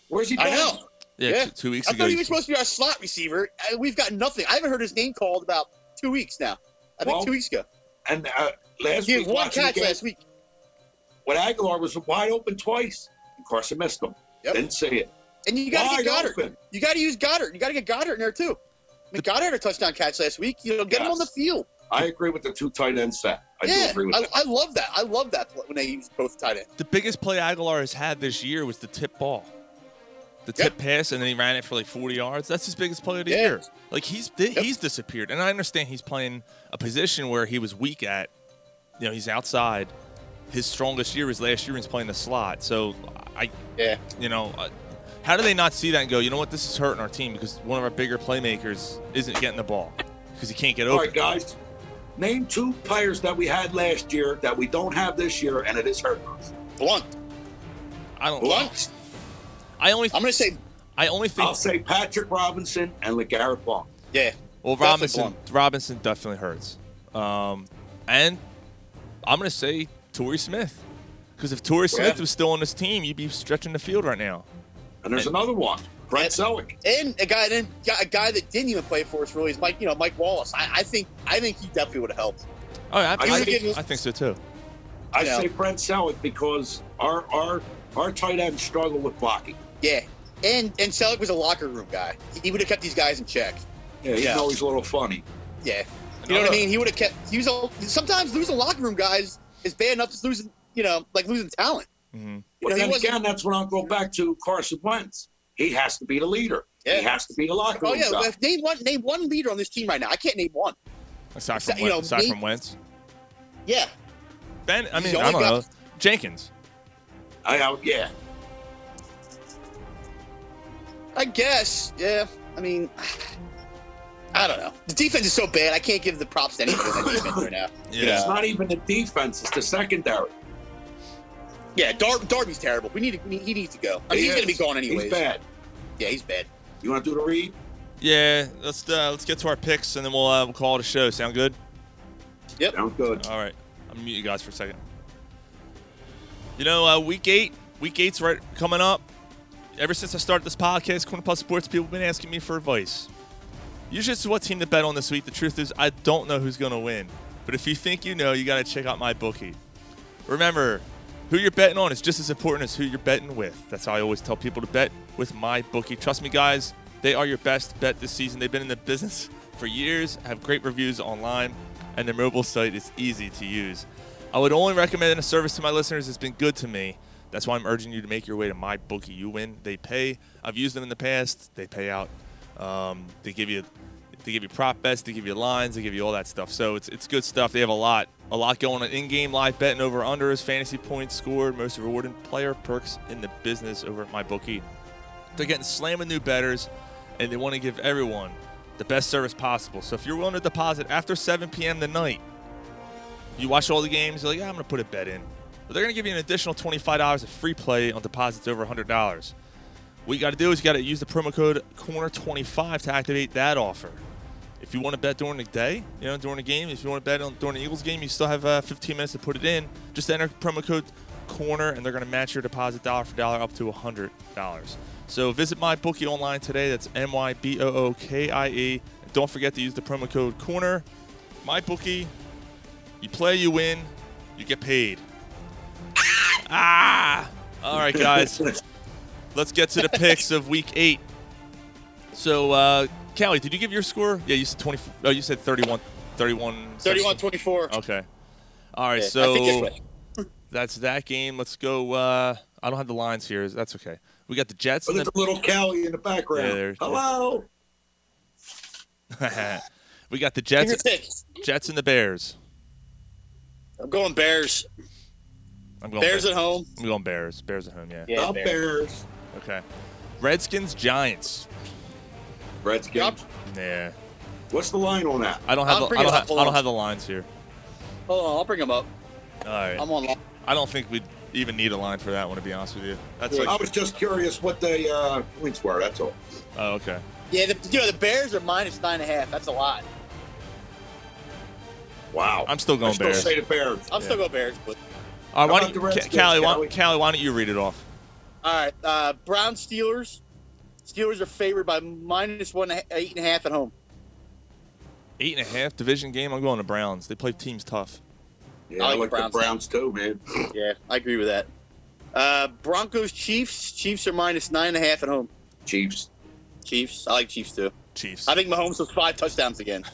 [SPEAKER 8] Where's he been?
[SPEAKER 7] I know.
[SPEAKER 6] yeah, Two, two weeks
[SPEAKER 7] I
[SPEAKER 6] ago.
[SPEAKER 7] thought he
[SPEAKER 6] you-
[SPEAKER 7] was supposed to be our slot receiver. Uh, We've got nothing. I haven't heard his name called about two weeks now. I think
[SPEAKER 8] Well,
[SPEAKER 7] two weeks ago.
[SPEAKER 8] And uh, last
[SPEAKER 7] He had
[SPEAKER 8] week,
[SPEAKER 7] one
[SPEAKER 8] watching the
[SPEAKER 7] catch
[SPEAKER 8] game,
[SPEAKER 7] last week.
[SPEAKER 8] when Aguilar was wide open twice, of course I missed him. Didn't see it.
[SPEAKER 7] And you got to get
[SPEAKER 8] Wide
[SPEAKER 7] Goddard.
[SPEAKER 8] open.
[SPEAKER 7] You got to use Goddard. You got to get Goddard in there too. I mean, Goddard had a touchdown catch last week. You know, get him on the field.
[SPEAKER 8] I agree with the two tight end set. I
[SPEAKER 7] yeah,
[SPEAKER 8] do agree with
[SPEAKER 7] I,
[SPEAKER 8] that.
[SPEAKER 7] I love that. I love that when they use both tight ends.
[SPEAKER 6] The biggest play Aguilar has had this year was the tip ball. The tip pass, and then he ran it for like 40 yards. That's his biggest play of the year. Like he's di- he's disappeared, and I understand he's playing a position where he was weak at. You know, he's outside. His strongest year was last year, and he's playing the slot. So I,
[SPEAKER 7] yeah,
[SPEAKER 6] you know, I, how do they not see that and go, you know what, this is hurting our team because one of our bigger playmakers isn't getting the ball because he can't get
[SPEAKER 8] All
[SPEAKER 6] open.
[SPEAKER 8] right, guys. Name two players that we had last year that we don't have this year, and it is hurting us.
[SPEAKER 7] Blunt.
[SPEAKER 6] I don't.
[SPEAKER 7] Blunt.
[SPEAKER 6] I only.
[SPEAKER 7] I'm gonna say.
[SPEAKER 6] I only think.
[SPEAKER 8] I'll say Patrick Robinson and LeGarrette Blount.
[SPEAKER 7] Yeah.
[SPEAKER 6] Well,
[SPEAKER 8] Definitely
[SPEAKER 6] Robinson
[SPEAKER 8] Blount.
[SPEAKER 6] Robinson definitely hurts, um, and I'm gonna say Torrey Smith because if Torrey Smith was still on this team, you'd be stretching the field right now.
[SPEAKER 8] And there's another one, Brent Selleck.
[SPEAKER 7] And a guy then a guy that didn't even play for us really is Mike. You know, Mike Wallace. I, I think I think he definitely would have helped.
[SPEAKER 6] Oh, I, I,
[SPEAKER 8] I
[SPEAKER 6] I,
[SPEAKER 8] think-
[SPEAKER 6] think, so too.
[SPEAKER 8] I
[SPEAKER 7] Yeah.
[SPEAKER 8] say Brent Selleck because our our our tight ends struggle with blocking.
[SPEAKER 7] Yeah. And and Selick was a locker room guy. He would have kept these guys in check.
[SPEAKER 8] Yeah, he's
[SPEAKER 7] Yeah.
[SPEAKER 8] always a little funny.
[SPEAKER 7] Yeah. You know what I mean? He would have kept. He was a, sometimes losing locker room guys is bad enough as losing. You know, like losing talent.
[SPEAKER 8] But
[SPEAKER 6] Mm-hmm.
[SPEAKER 7] You know, he
[SPEAKER 8] then
[SPEAKER 7] wasn't-
[SPEAKER 8] again, that's when I'll go back to Carson Wentz. He has to be the leader. He has to be the locker room
[SPEAKER 7] Oh yeah.
[SPEAKER 8] guy.
[SPEAKER 7] If name one name one leader on this team right now. I can't name one.
[SPEAKER 6] Aside from
[SPEAKER 7] You
[SPEAKER 6] Wen-
[SPEAKER 7] know,
[SPEAKER 6] aside
[SPEAKER 7] me-
[SPEAKER 6] from Wentz,
[SPEAKER 7] Yeah.
[SPEAKER 6] Ben. I
[SPEAKER 7] He's
[SPEAKER 6] mean,
[SPEAKER 7] the
[SPEAKER 6] I
[SPEAKER 7] only
[SPEAKER 6] don't
[SPEAKER 7] guy-
[SPEAKER 6] know. Jenkins.
[SPEAKER 8] I out. Yeah.
[SPEAKER 7] I guess. Yeah. I mean, I don't know. The defense is so bad. I can't give the props to anybody on that defense right now.
[SPEAKER 8] It's not even the defense; it's the secondary.
[SPEAKER 7] Yeah. Dar- Darby's terrible. We need. To, he needs to go. I mean,
[SPEAKER 8] He
[SPEAKER 7] he's going to be
[SPEAKER 8] is.
[SPEAKER 7] gone anyways.
[SPEAKER 8] He's bad.
[SPEAKER 7] Yeah, he's bad.
[SPEAKER 8] You want to do the read?
[SPEAKER 6] Yeah, let's uh, let's get to our picks and then we'll uh, we'll call it a show. Sound good?
[SPEAKER 7] Yep.
[SPEAKER 8] Sound good.
[SPEAKER 6] All right, I'm mute you guys for a second. You know, uh, week eight, week eight's right coming up. Ever since I started this podcast, Corner Plus Sports, people have been asking me for advice. Usually, it's what team to bet on this week. The truth is, I don't know who's going to win. But if you think you know, you got to check out my bookie. Remember, who you're betting on is just as important as who you're betting with. That's how I always tell people to bet with my bookie. Trust me, guys, they are your best bet this season. They've been in the business for years, have great reviews online, and their mobile site is easy to use. I would only recommend a service to my listeners that's been good to me. That's why I'm urging you to make your way to my bookie. You win, they pay. I've used them in the past; they pay out. Um, they give you they give you prop bets, they give you lines, they give you all that stuff. So it's it's good stuff. They have a lot, a lot going on in game live betting over unders, fantasy points scored, most rewarding player perks in the business over at my bookie. They're getting slamming new betters, and they want to give everyone the best service possible. So if you're willing to deposit after 7 p.m. tonight, you watch all the games, you're like, yeah, I'm going to put a bet in. But they're going to give you an additional $25 of free play on deposits over $100. What you got to do is you got to use the promo code CORNER25 to activate that offer. If you want to bet during the day, you know, during the game, if you want to bet on during the Eagles game, you still have uh, 15 minutes to put it in. Just enter promo code CORNER and they're going to match your deposit dollar for dollar up to $100. So visit my bookie online today. That's M Y B O O K I E. And don't forget to use the promo code CORNER. My bookie, you play, you win, you get paid. Ah! All right, guys. Let's get to the picks of week eight. So, uh, Callie, did you give your score? Yeah, you said 20. Oh, you said 31. 31.
[SPEAKER 7] 31 24.
[SPEAKER 6] Okay. All right,
[SPEAKER 7] Yeah, I
[SPEAKER 6] so
[SPEAKER 7] think this way.
[SPEAKER 6] that's that game. Let's go. Uh, I don't have the lines here. That's okay. We got the Jets.
[SPEAKER 8] Look
[SPEAKER 6] and
[SPEAKER 8] at the little Cali in the background.
[SPEAKER 6] Yeah, there-
[SPEAKER 8] Hello.
[SPEAKER 6] we got the Jets,
[SPEAKER 7] Finger picks.
[SPEAKER 6] Jets and the Bears.
[SPEAKER 7] I'm going Bears.
[SPEAKER 6] I'm going
[SPEAKER 7] Bears at home.
[SPEAKER 6] I'm going Bears. Bears at home. Yeah.
[SPEAKER 7] Yeah, The Bears. Bears.
[SPEAKER 6] Okay. Redskins Giants.
[SPEAKER 8] Redskins.
[SPEAKER 6] Yeah.
[SPEAKER 8] What's the line on that?
[SPEAKER 6] I don't have.
[SPEAKER 8] I'll
[SPEAKER 6] The,
[SPEAKER 8] bring
[SPEAKER 6] I
[SPEAKER 8] it
[SPEAKER 6] don't,
[SPEAKER 8] up.
[SPEAKER 6] have,
[SPEAKER 8] Hold
[SPEAKER 6] I don't
[SPEAKER 8] on.
[SPEAKER 6] have the lines here.
[SPEAKER 7] Hold on, I'll bring them up.
[SPEAKER 6] All right.
[SPEAKER 7] I'm on.
[SPEAKER 6] I don't think we even need a line for that one to be honest with you. That's
[SPEAKER 8] I
[SPEAKER 6] like.
[SPEAKER 8] was just curious what the uh, points were. That's all.
[SPEAKER 6] Oh, okay.
[SPEAKER 7] Yeah, the, you know, the Bears are minus nine and a half. That's a lot.
[SPEAKER 8] Wow.
[SPEAKER 6] I'm still going
[SPEAKER 8] I still
[SPEAKER 6] Bears.
[SPEAKER 8] say the Bears.
[SPEAKER 7] I'm still going Bears, but
[SPEAKER 6] All right, why don't
[SPEAKER 7] How about
[SPEAKER 6] you,
[SPEAKER 7] the Redskins,
[SPEAKER 6] Callie, why,
[SPEAKER 7] Callie?
[SPEAKER 6] Callie, why don't you read it off?
[SPEAKER 7] all right. Uh, Brown Steelers. Steelers are favored by minus one and a- eight and a half at home.
[SPEAKER 6] Eight and a half division game. I'm going to Browns. They play teams tough.
[SPEAKER 8] Yeah, I I like like the Browns. Browns too, man.
[SPEAKER 7] Yeah, I agree with that. Uh, Broncos Chiefs. Chiefs are minus nine and a half at home.
[SPEAKER 8] Chiefs.
[SPEAKER 7] Chiefs. I like Chiefs too.
[SPEAKER 6] Chiefs.
[SPEAKER 7] I think Mahomes was five touchdowns again.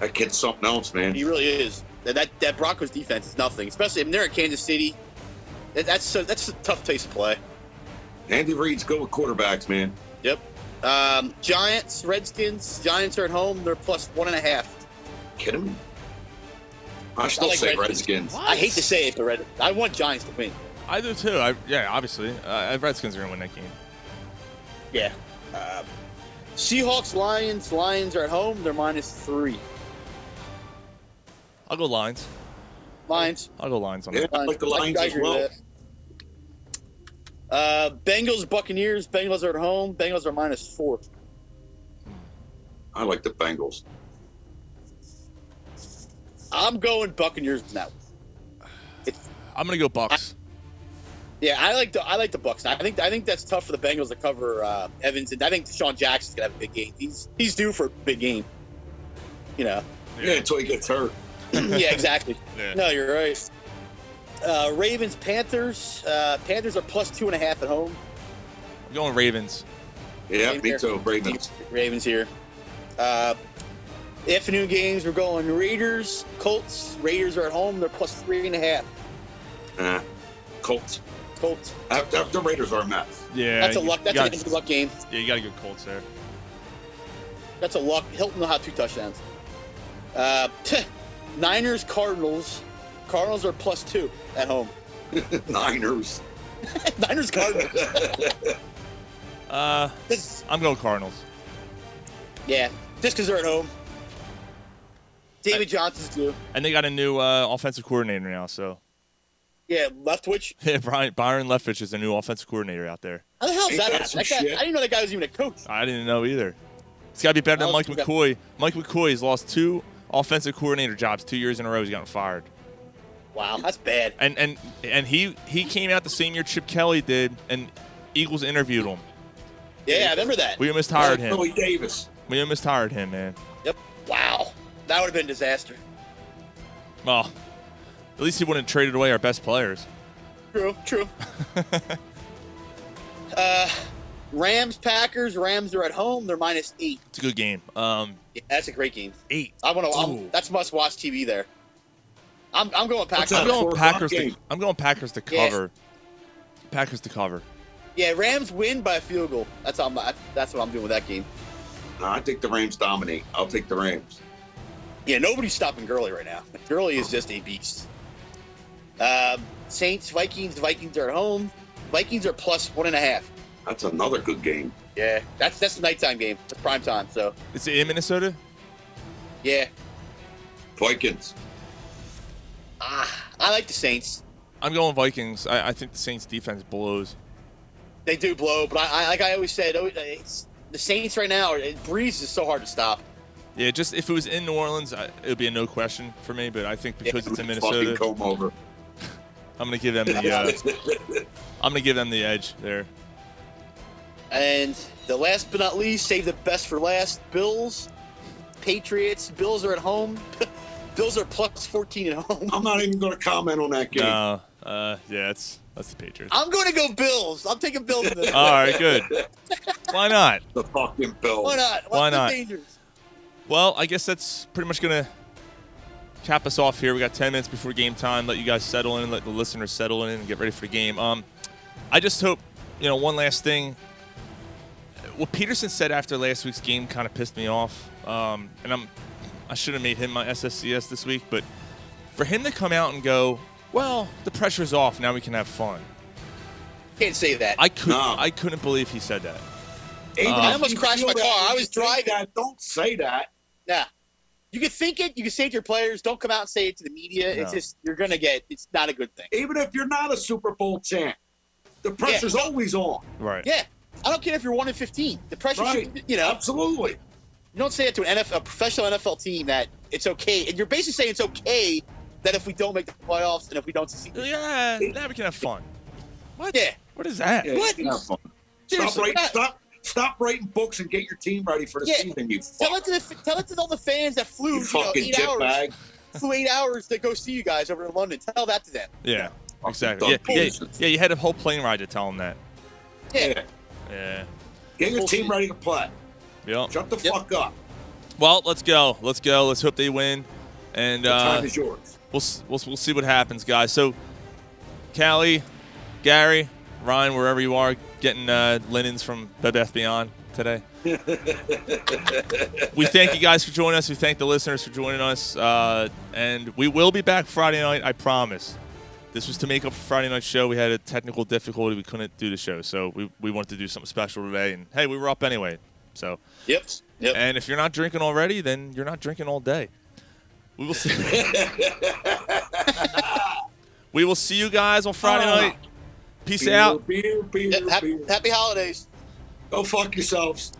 [SPEAKER 8] That kid's something else, man.
[SPEAKER 7] He really is. That that, that Broncos defense is nothing, especially if they're in Kansas City. That, that's so, that's a tough place to play.
[SPEAKER 8] Andy Reid's good with quarterbacks, man.
[SPEAKER 7] Yep. Um, Giants, Redskins. Giants are at home. They're plus one and a half.
[SPEAKER 8] Kidding me? I still
[SPEAKER 7] like
[SPEAKER 8] say
[SPEAKER 7] Redskins.
[SPEAKER 8] Redskins.
[SPEAKER 7] I hate to say it, but Red, I want Giants to win.
[SPEAKER 6] I do too. I, yeah, obviously. Uh, Redskins are going to win that game.
[SPEAKER 7] Yeah. Uh, Seahawks, Lions. Lions are at home. They're minus three.
[SPEAKER 6] I'll go lines.
[SPEAKER 7] Lions.
[SPEAKER 6] I'll go lines on
[SPEAKER 7] Yeah,
[SPEAKER 6] that.
[SPEAKER 7] I like the Lions I- I as agree well. with Uh, Bengals, Buccaneers. Bengals are at home. Bengals are minus four.
[SPEAKER 8] I like the Bengals.
[SPEAKER 7] I'm going Buccaneers now.
[SPEAKER 6] I'm going to go Bucks.
[SPEAKER 7] Yeah, I like the I like the Bucks. I think I think that's tough for the Bengals to cover uh, Evans, and I think Sean Jackson's gonna have a big game. He's he's due for a big game. You know.
[SPEAKER 8] Yeah, until he gets hurt.
[SPEAKER 7] yeah, exactly.
[SPEAKER 8] Yeah.
[SPEAKER 7] No, you're right. Uh, Ravens, Panthers. Uh, Panthers are plus two and a half at home.
[SPEAKER 6] I'm going Ravens.
[SPEAKER 8] Yeah,
[SPEAKER 7] me too,
[SPEAKER 8] Ravens.
[SPEAKER 7] Ravens here. Uh, afternoon games. We're going Raiders, Colts. Raiders are at home. They're plus three and a half.
[SPEAKER 8] Nah. Colts.
[SPEAKER 7] Colts.
[SPEAKER 8] After, after Raiders are a mess.
[SPEAKER 6] Yeah.
[SPEAKER 7] that's a
[SPEAKER 6] you-
[SPEAKER 7] luck.
[SPEAKER 6] you
[SPEAKER 7] That's
[SPEAKER 6] gotta-
[SPEAKER 7] a good luck game.
[SPEAKER 6] Yeah, you got to go Colts there.
[SPEAKER 7] That's a luck. Hilton will have two touchdowns. Uh, Niners, Cardinals. Cardinals are plus two at home.
[SPEAKER 8] Niners.
[SPEAKER 7] Niners, Cardinals.
[SPEAKER 6] Uh, I'm going Cardinals.
[SPEAKER 7] yeah, just because they're at home. David Johnson's due.
[SPEAKER 6] And they got a new uh, offensive coordinator now, so.
[SPEAKER 7] Yeah, Leftwich.
[SPEAKER 6] Yeah, Brian, Byron Leftwich is the new offensive coordinator out there.
[SPEAKER 7] How the hell is
[SPEAKER 8] Ain't
[SPEAKER 7] that?
[SPEAKER 8] that
[SPEAKER 7] that
[SPEAKER 8] some
[SPEAKER 7] guy,
[SPEAKER 8] shit?
[SPEAKER 7] I didn't know that guy was even a coach.
[SPEAKER 6] I didn't know either. It's got to be better than
[SPEAKER 7] Oh,
[SPEAKER 6] Mike
[SPEAKER 7] okay.
[SPEAKER 6] McCoy. Mike McCoy's lost two offensive coordinator jobs two years in a row. He's gotten fired.
[SPEAKER 7] Wow, that's bad.
[SPEAKER 6] And and and he he came out the same year Chip Kelly did, and Eagles interviewed him.
[SPEAKER 7] Yeah, I remember that.
[SPEAKER 6] We almost hired him.
[SPEAKER 8] Willie Davis.
[SPEAKER 6] We almost hired him, man.
[SPEAKER 7] Yep. Wow, that would have been a disaster.
[SPEAKER 6] Well, at least he wouldn't have traded away our best players.
[SPEAKER 7] True, true. uh, Rams, Packers. Rams are at home. They're minus eight.
[SPEAKER 6] It's a good game. Um,
[SPEAKER 7] Yeah, that's a great game.
[SPEAKER 6] Eight.
[SPEAKER 7] I want
[SPEAKER 6] Ooh.
[SPEAKER 7] to. That's must watch TV there. I'm, I'm going Packers.
[SPEAKER 6] I'm going Packers. To, I'm going Packers to
[SPEAKER 7] Yeah.
[SPEAKER 6] cover. Packers to cover.
[SPEAKER 7] Yeah, Rams win by a field goal. That's how I'm, I- that's what I'm doing with that game.
[SPEAKER 8] No, I think the Rams dominate. I'll take the Rams.
[SPEAKER 7] Yeah, nobody's stopping Gurley right now. Gurley is just a beast. Um, Saints, Vikings, Vikings are at home. Vikings are plus one and a half.
[SPEAKER 8] That's another good game.
[SPEAKER 7] Yeah, that's that's a nighttime game. It's prime time. So
[SPEAKER 6] Is it in Minnesota?
[SPEAKER 7] yeah,
[SPEAKER 8] Vikings.
[SPEAKER 7] ah, I like the Saints.
[SPEAKER 6] I'm going Vikings. I, I think the Saints defense blows.
[SPEAKER 7] They do blow, but I, I like I always said, oh, it's, the Saints right now. It, Breeze is so hard to stop.
[SPEAKER 6] Yeah, just if it was in New Orleans, I, it would be a no question for me. But I think because it's in
[SPEAKER 8] Fucking
[SPEAKER 6] Minnesota,
[SPEAKER 8] comb over.
[SPEAKER 6] I'm gonna give them the uh, I'm gonna give them the edge there.
[SPEAKER 7] And the last but not least, save the best for last. Bills, Patriots. Bills are at home. Bills are plus 14 at home.
[SPEAKER 8] I'm not even going to comment on that game.
[SPEAKER 6] No, uh, yeah, it's that's the Patriots.
[SPEAKER 7] I'm going to go Bills. I'm taking Bills. in this.
[SPEAKER 6] All right, good. Why not?
[SPEAKER 8] The fucking Bills.
[SPEAKER 7] Why not?
[SPEAKER 6] Why
[SPEAKER 7] What's the
[SPEAKER 6] not?
[SPEAKER 7] dangers?
[SPEAKER 6] Well, I guess that's pretty much gonna cap us off here. We got 10 minutes before game time. Let you guys settle in. Let the listeners settle in and get ready for the game. Um, I just hope you know one last thing. what Peterson said after last week's game kind of pissed me off, um, and I'm I should have made him my SSCS this week, but for him to come out and go, well, the pressure's off, now we can have fun.
[SPEAKER 7] Can't say that.
[SPEAKER 6] I couldn't. I couldn't believe he said that.
[SPEAKER 7] Hey,
[SPEAKER 6] Um,
[SPEAKER 7] I almost crashed my car. I was driving.
[SPEAKER 8] don't say that.
[SPEAKER 7] Nah. You can think it. You can say it to your players. Don't come out and say it to the media. It's
[SPEAKER 8] No.
[SPEAKER 7] just you're gonna get. It's not a good thing.
[SPEAKER 8] Even if you're not a Super Bowl champ, the pressure's always on.
[SPEAKER 6] Right.
[SPEAKER 7] Yeah. I don't care if you're one in fifteen. The pressure
[SPEAKER 8] Right.
[SPEAKER 7] should. You know.
[SPEAKER 8] Absolutely.
[SPEAKER 7] You don't say it to an NFL, a professional NFL team that it's okay, and you're basically saying it's okay that if we don't make the playoffs and if we don't succeed.
[SPEAKER 6] Yeah. Now we can have fun. What?
[SPEAKER 7] Yeah.
[SPEAKER 6] What is that?
[SPEAKER 8] Yeah,
[SPEAKER 7] What?
[SPEAKER 8] you can have fun. Stop
[SPEAKER 7] Seriously,
[SPEAKER 8] writing,
[SPEAKER 7] what?
[SPEAKER 8] stop, stop writing books and get your team ready for the
[SPEAKER 7] Yeah.
[SPEAKER 8] season. You fuck.
[SPEAKER 7] Tell it to the tell it to all the fans that flew
[SPEAKER 8] You
[SPEAKER 7] you know,
[SPEAKER 8] fucking
[SPEAKER 7] eight hours,
[SPEAKER 8] jetbag.
[SPEAKER 7] flew eight hours to go see you guys over in London. Tell that to them.
[SPEAKER 6] Yeah. Exactly. Yeah, yeah, yeah, you had a whole plane ride to tell him that.
[SPEAKER 7] Yeah.
[SPEAKER 6] Yeah.
[SPEAKER 8] Get your team ready to play.
[SPEAKER 6] Yep.
[SPEAKER 8] Shut the fuck up.
[SPEAKER 6] Well, let's go. Let's go. Let's hope they win. And
[SPEAKER 8] The
[SPEAKER 6] uh,
[SPEAKER 8] time is yours.
[SPEAKER 6] We'll, s- we'll s- we'll see what happens, guys. So, Callie, Gary, Ryan, wherever you are, getting uh, linens from Bed Bath Beyond today. we thank you guys for joining us. We thank the listeners for joining us, uh, and we will be back Friday night. I promise. This was to make up for Friday night's show. We had a technical difficulty. We couldn't do the show, so we, we wanted to do something special today. And hey, we were up anyway. So
[SPEAKER 7] yep, yep.
[SPEAKER 6] And if you're not drinking already, then you're not drinking all day. We will see. we will see you guys on Friday night. Peace
[SPEAKER 8] Beer,
[SPEAKER 6] out.
[SPEAKER 8] Beer, beer, beer.
[SPEAKER 7] Happy holidays.
[SPEAKER 8] Go fuck yourselves.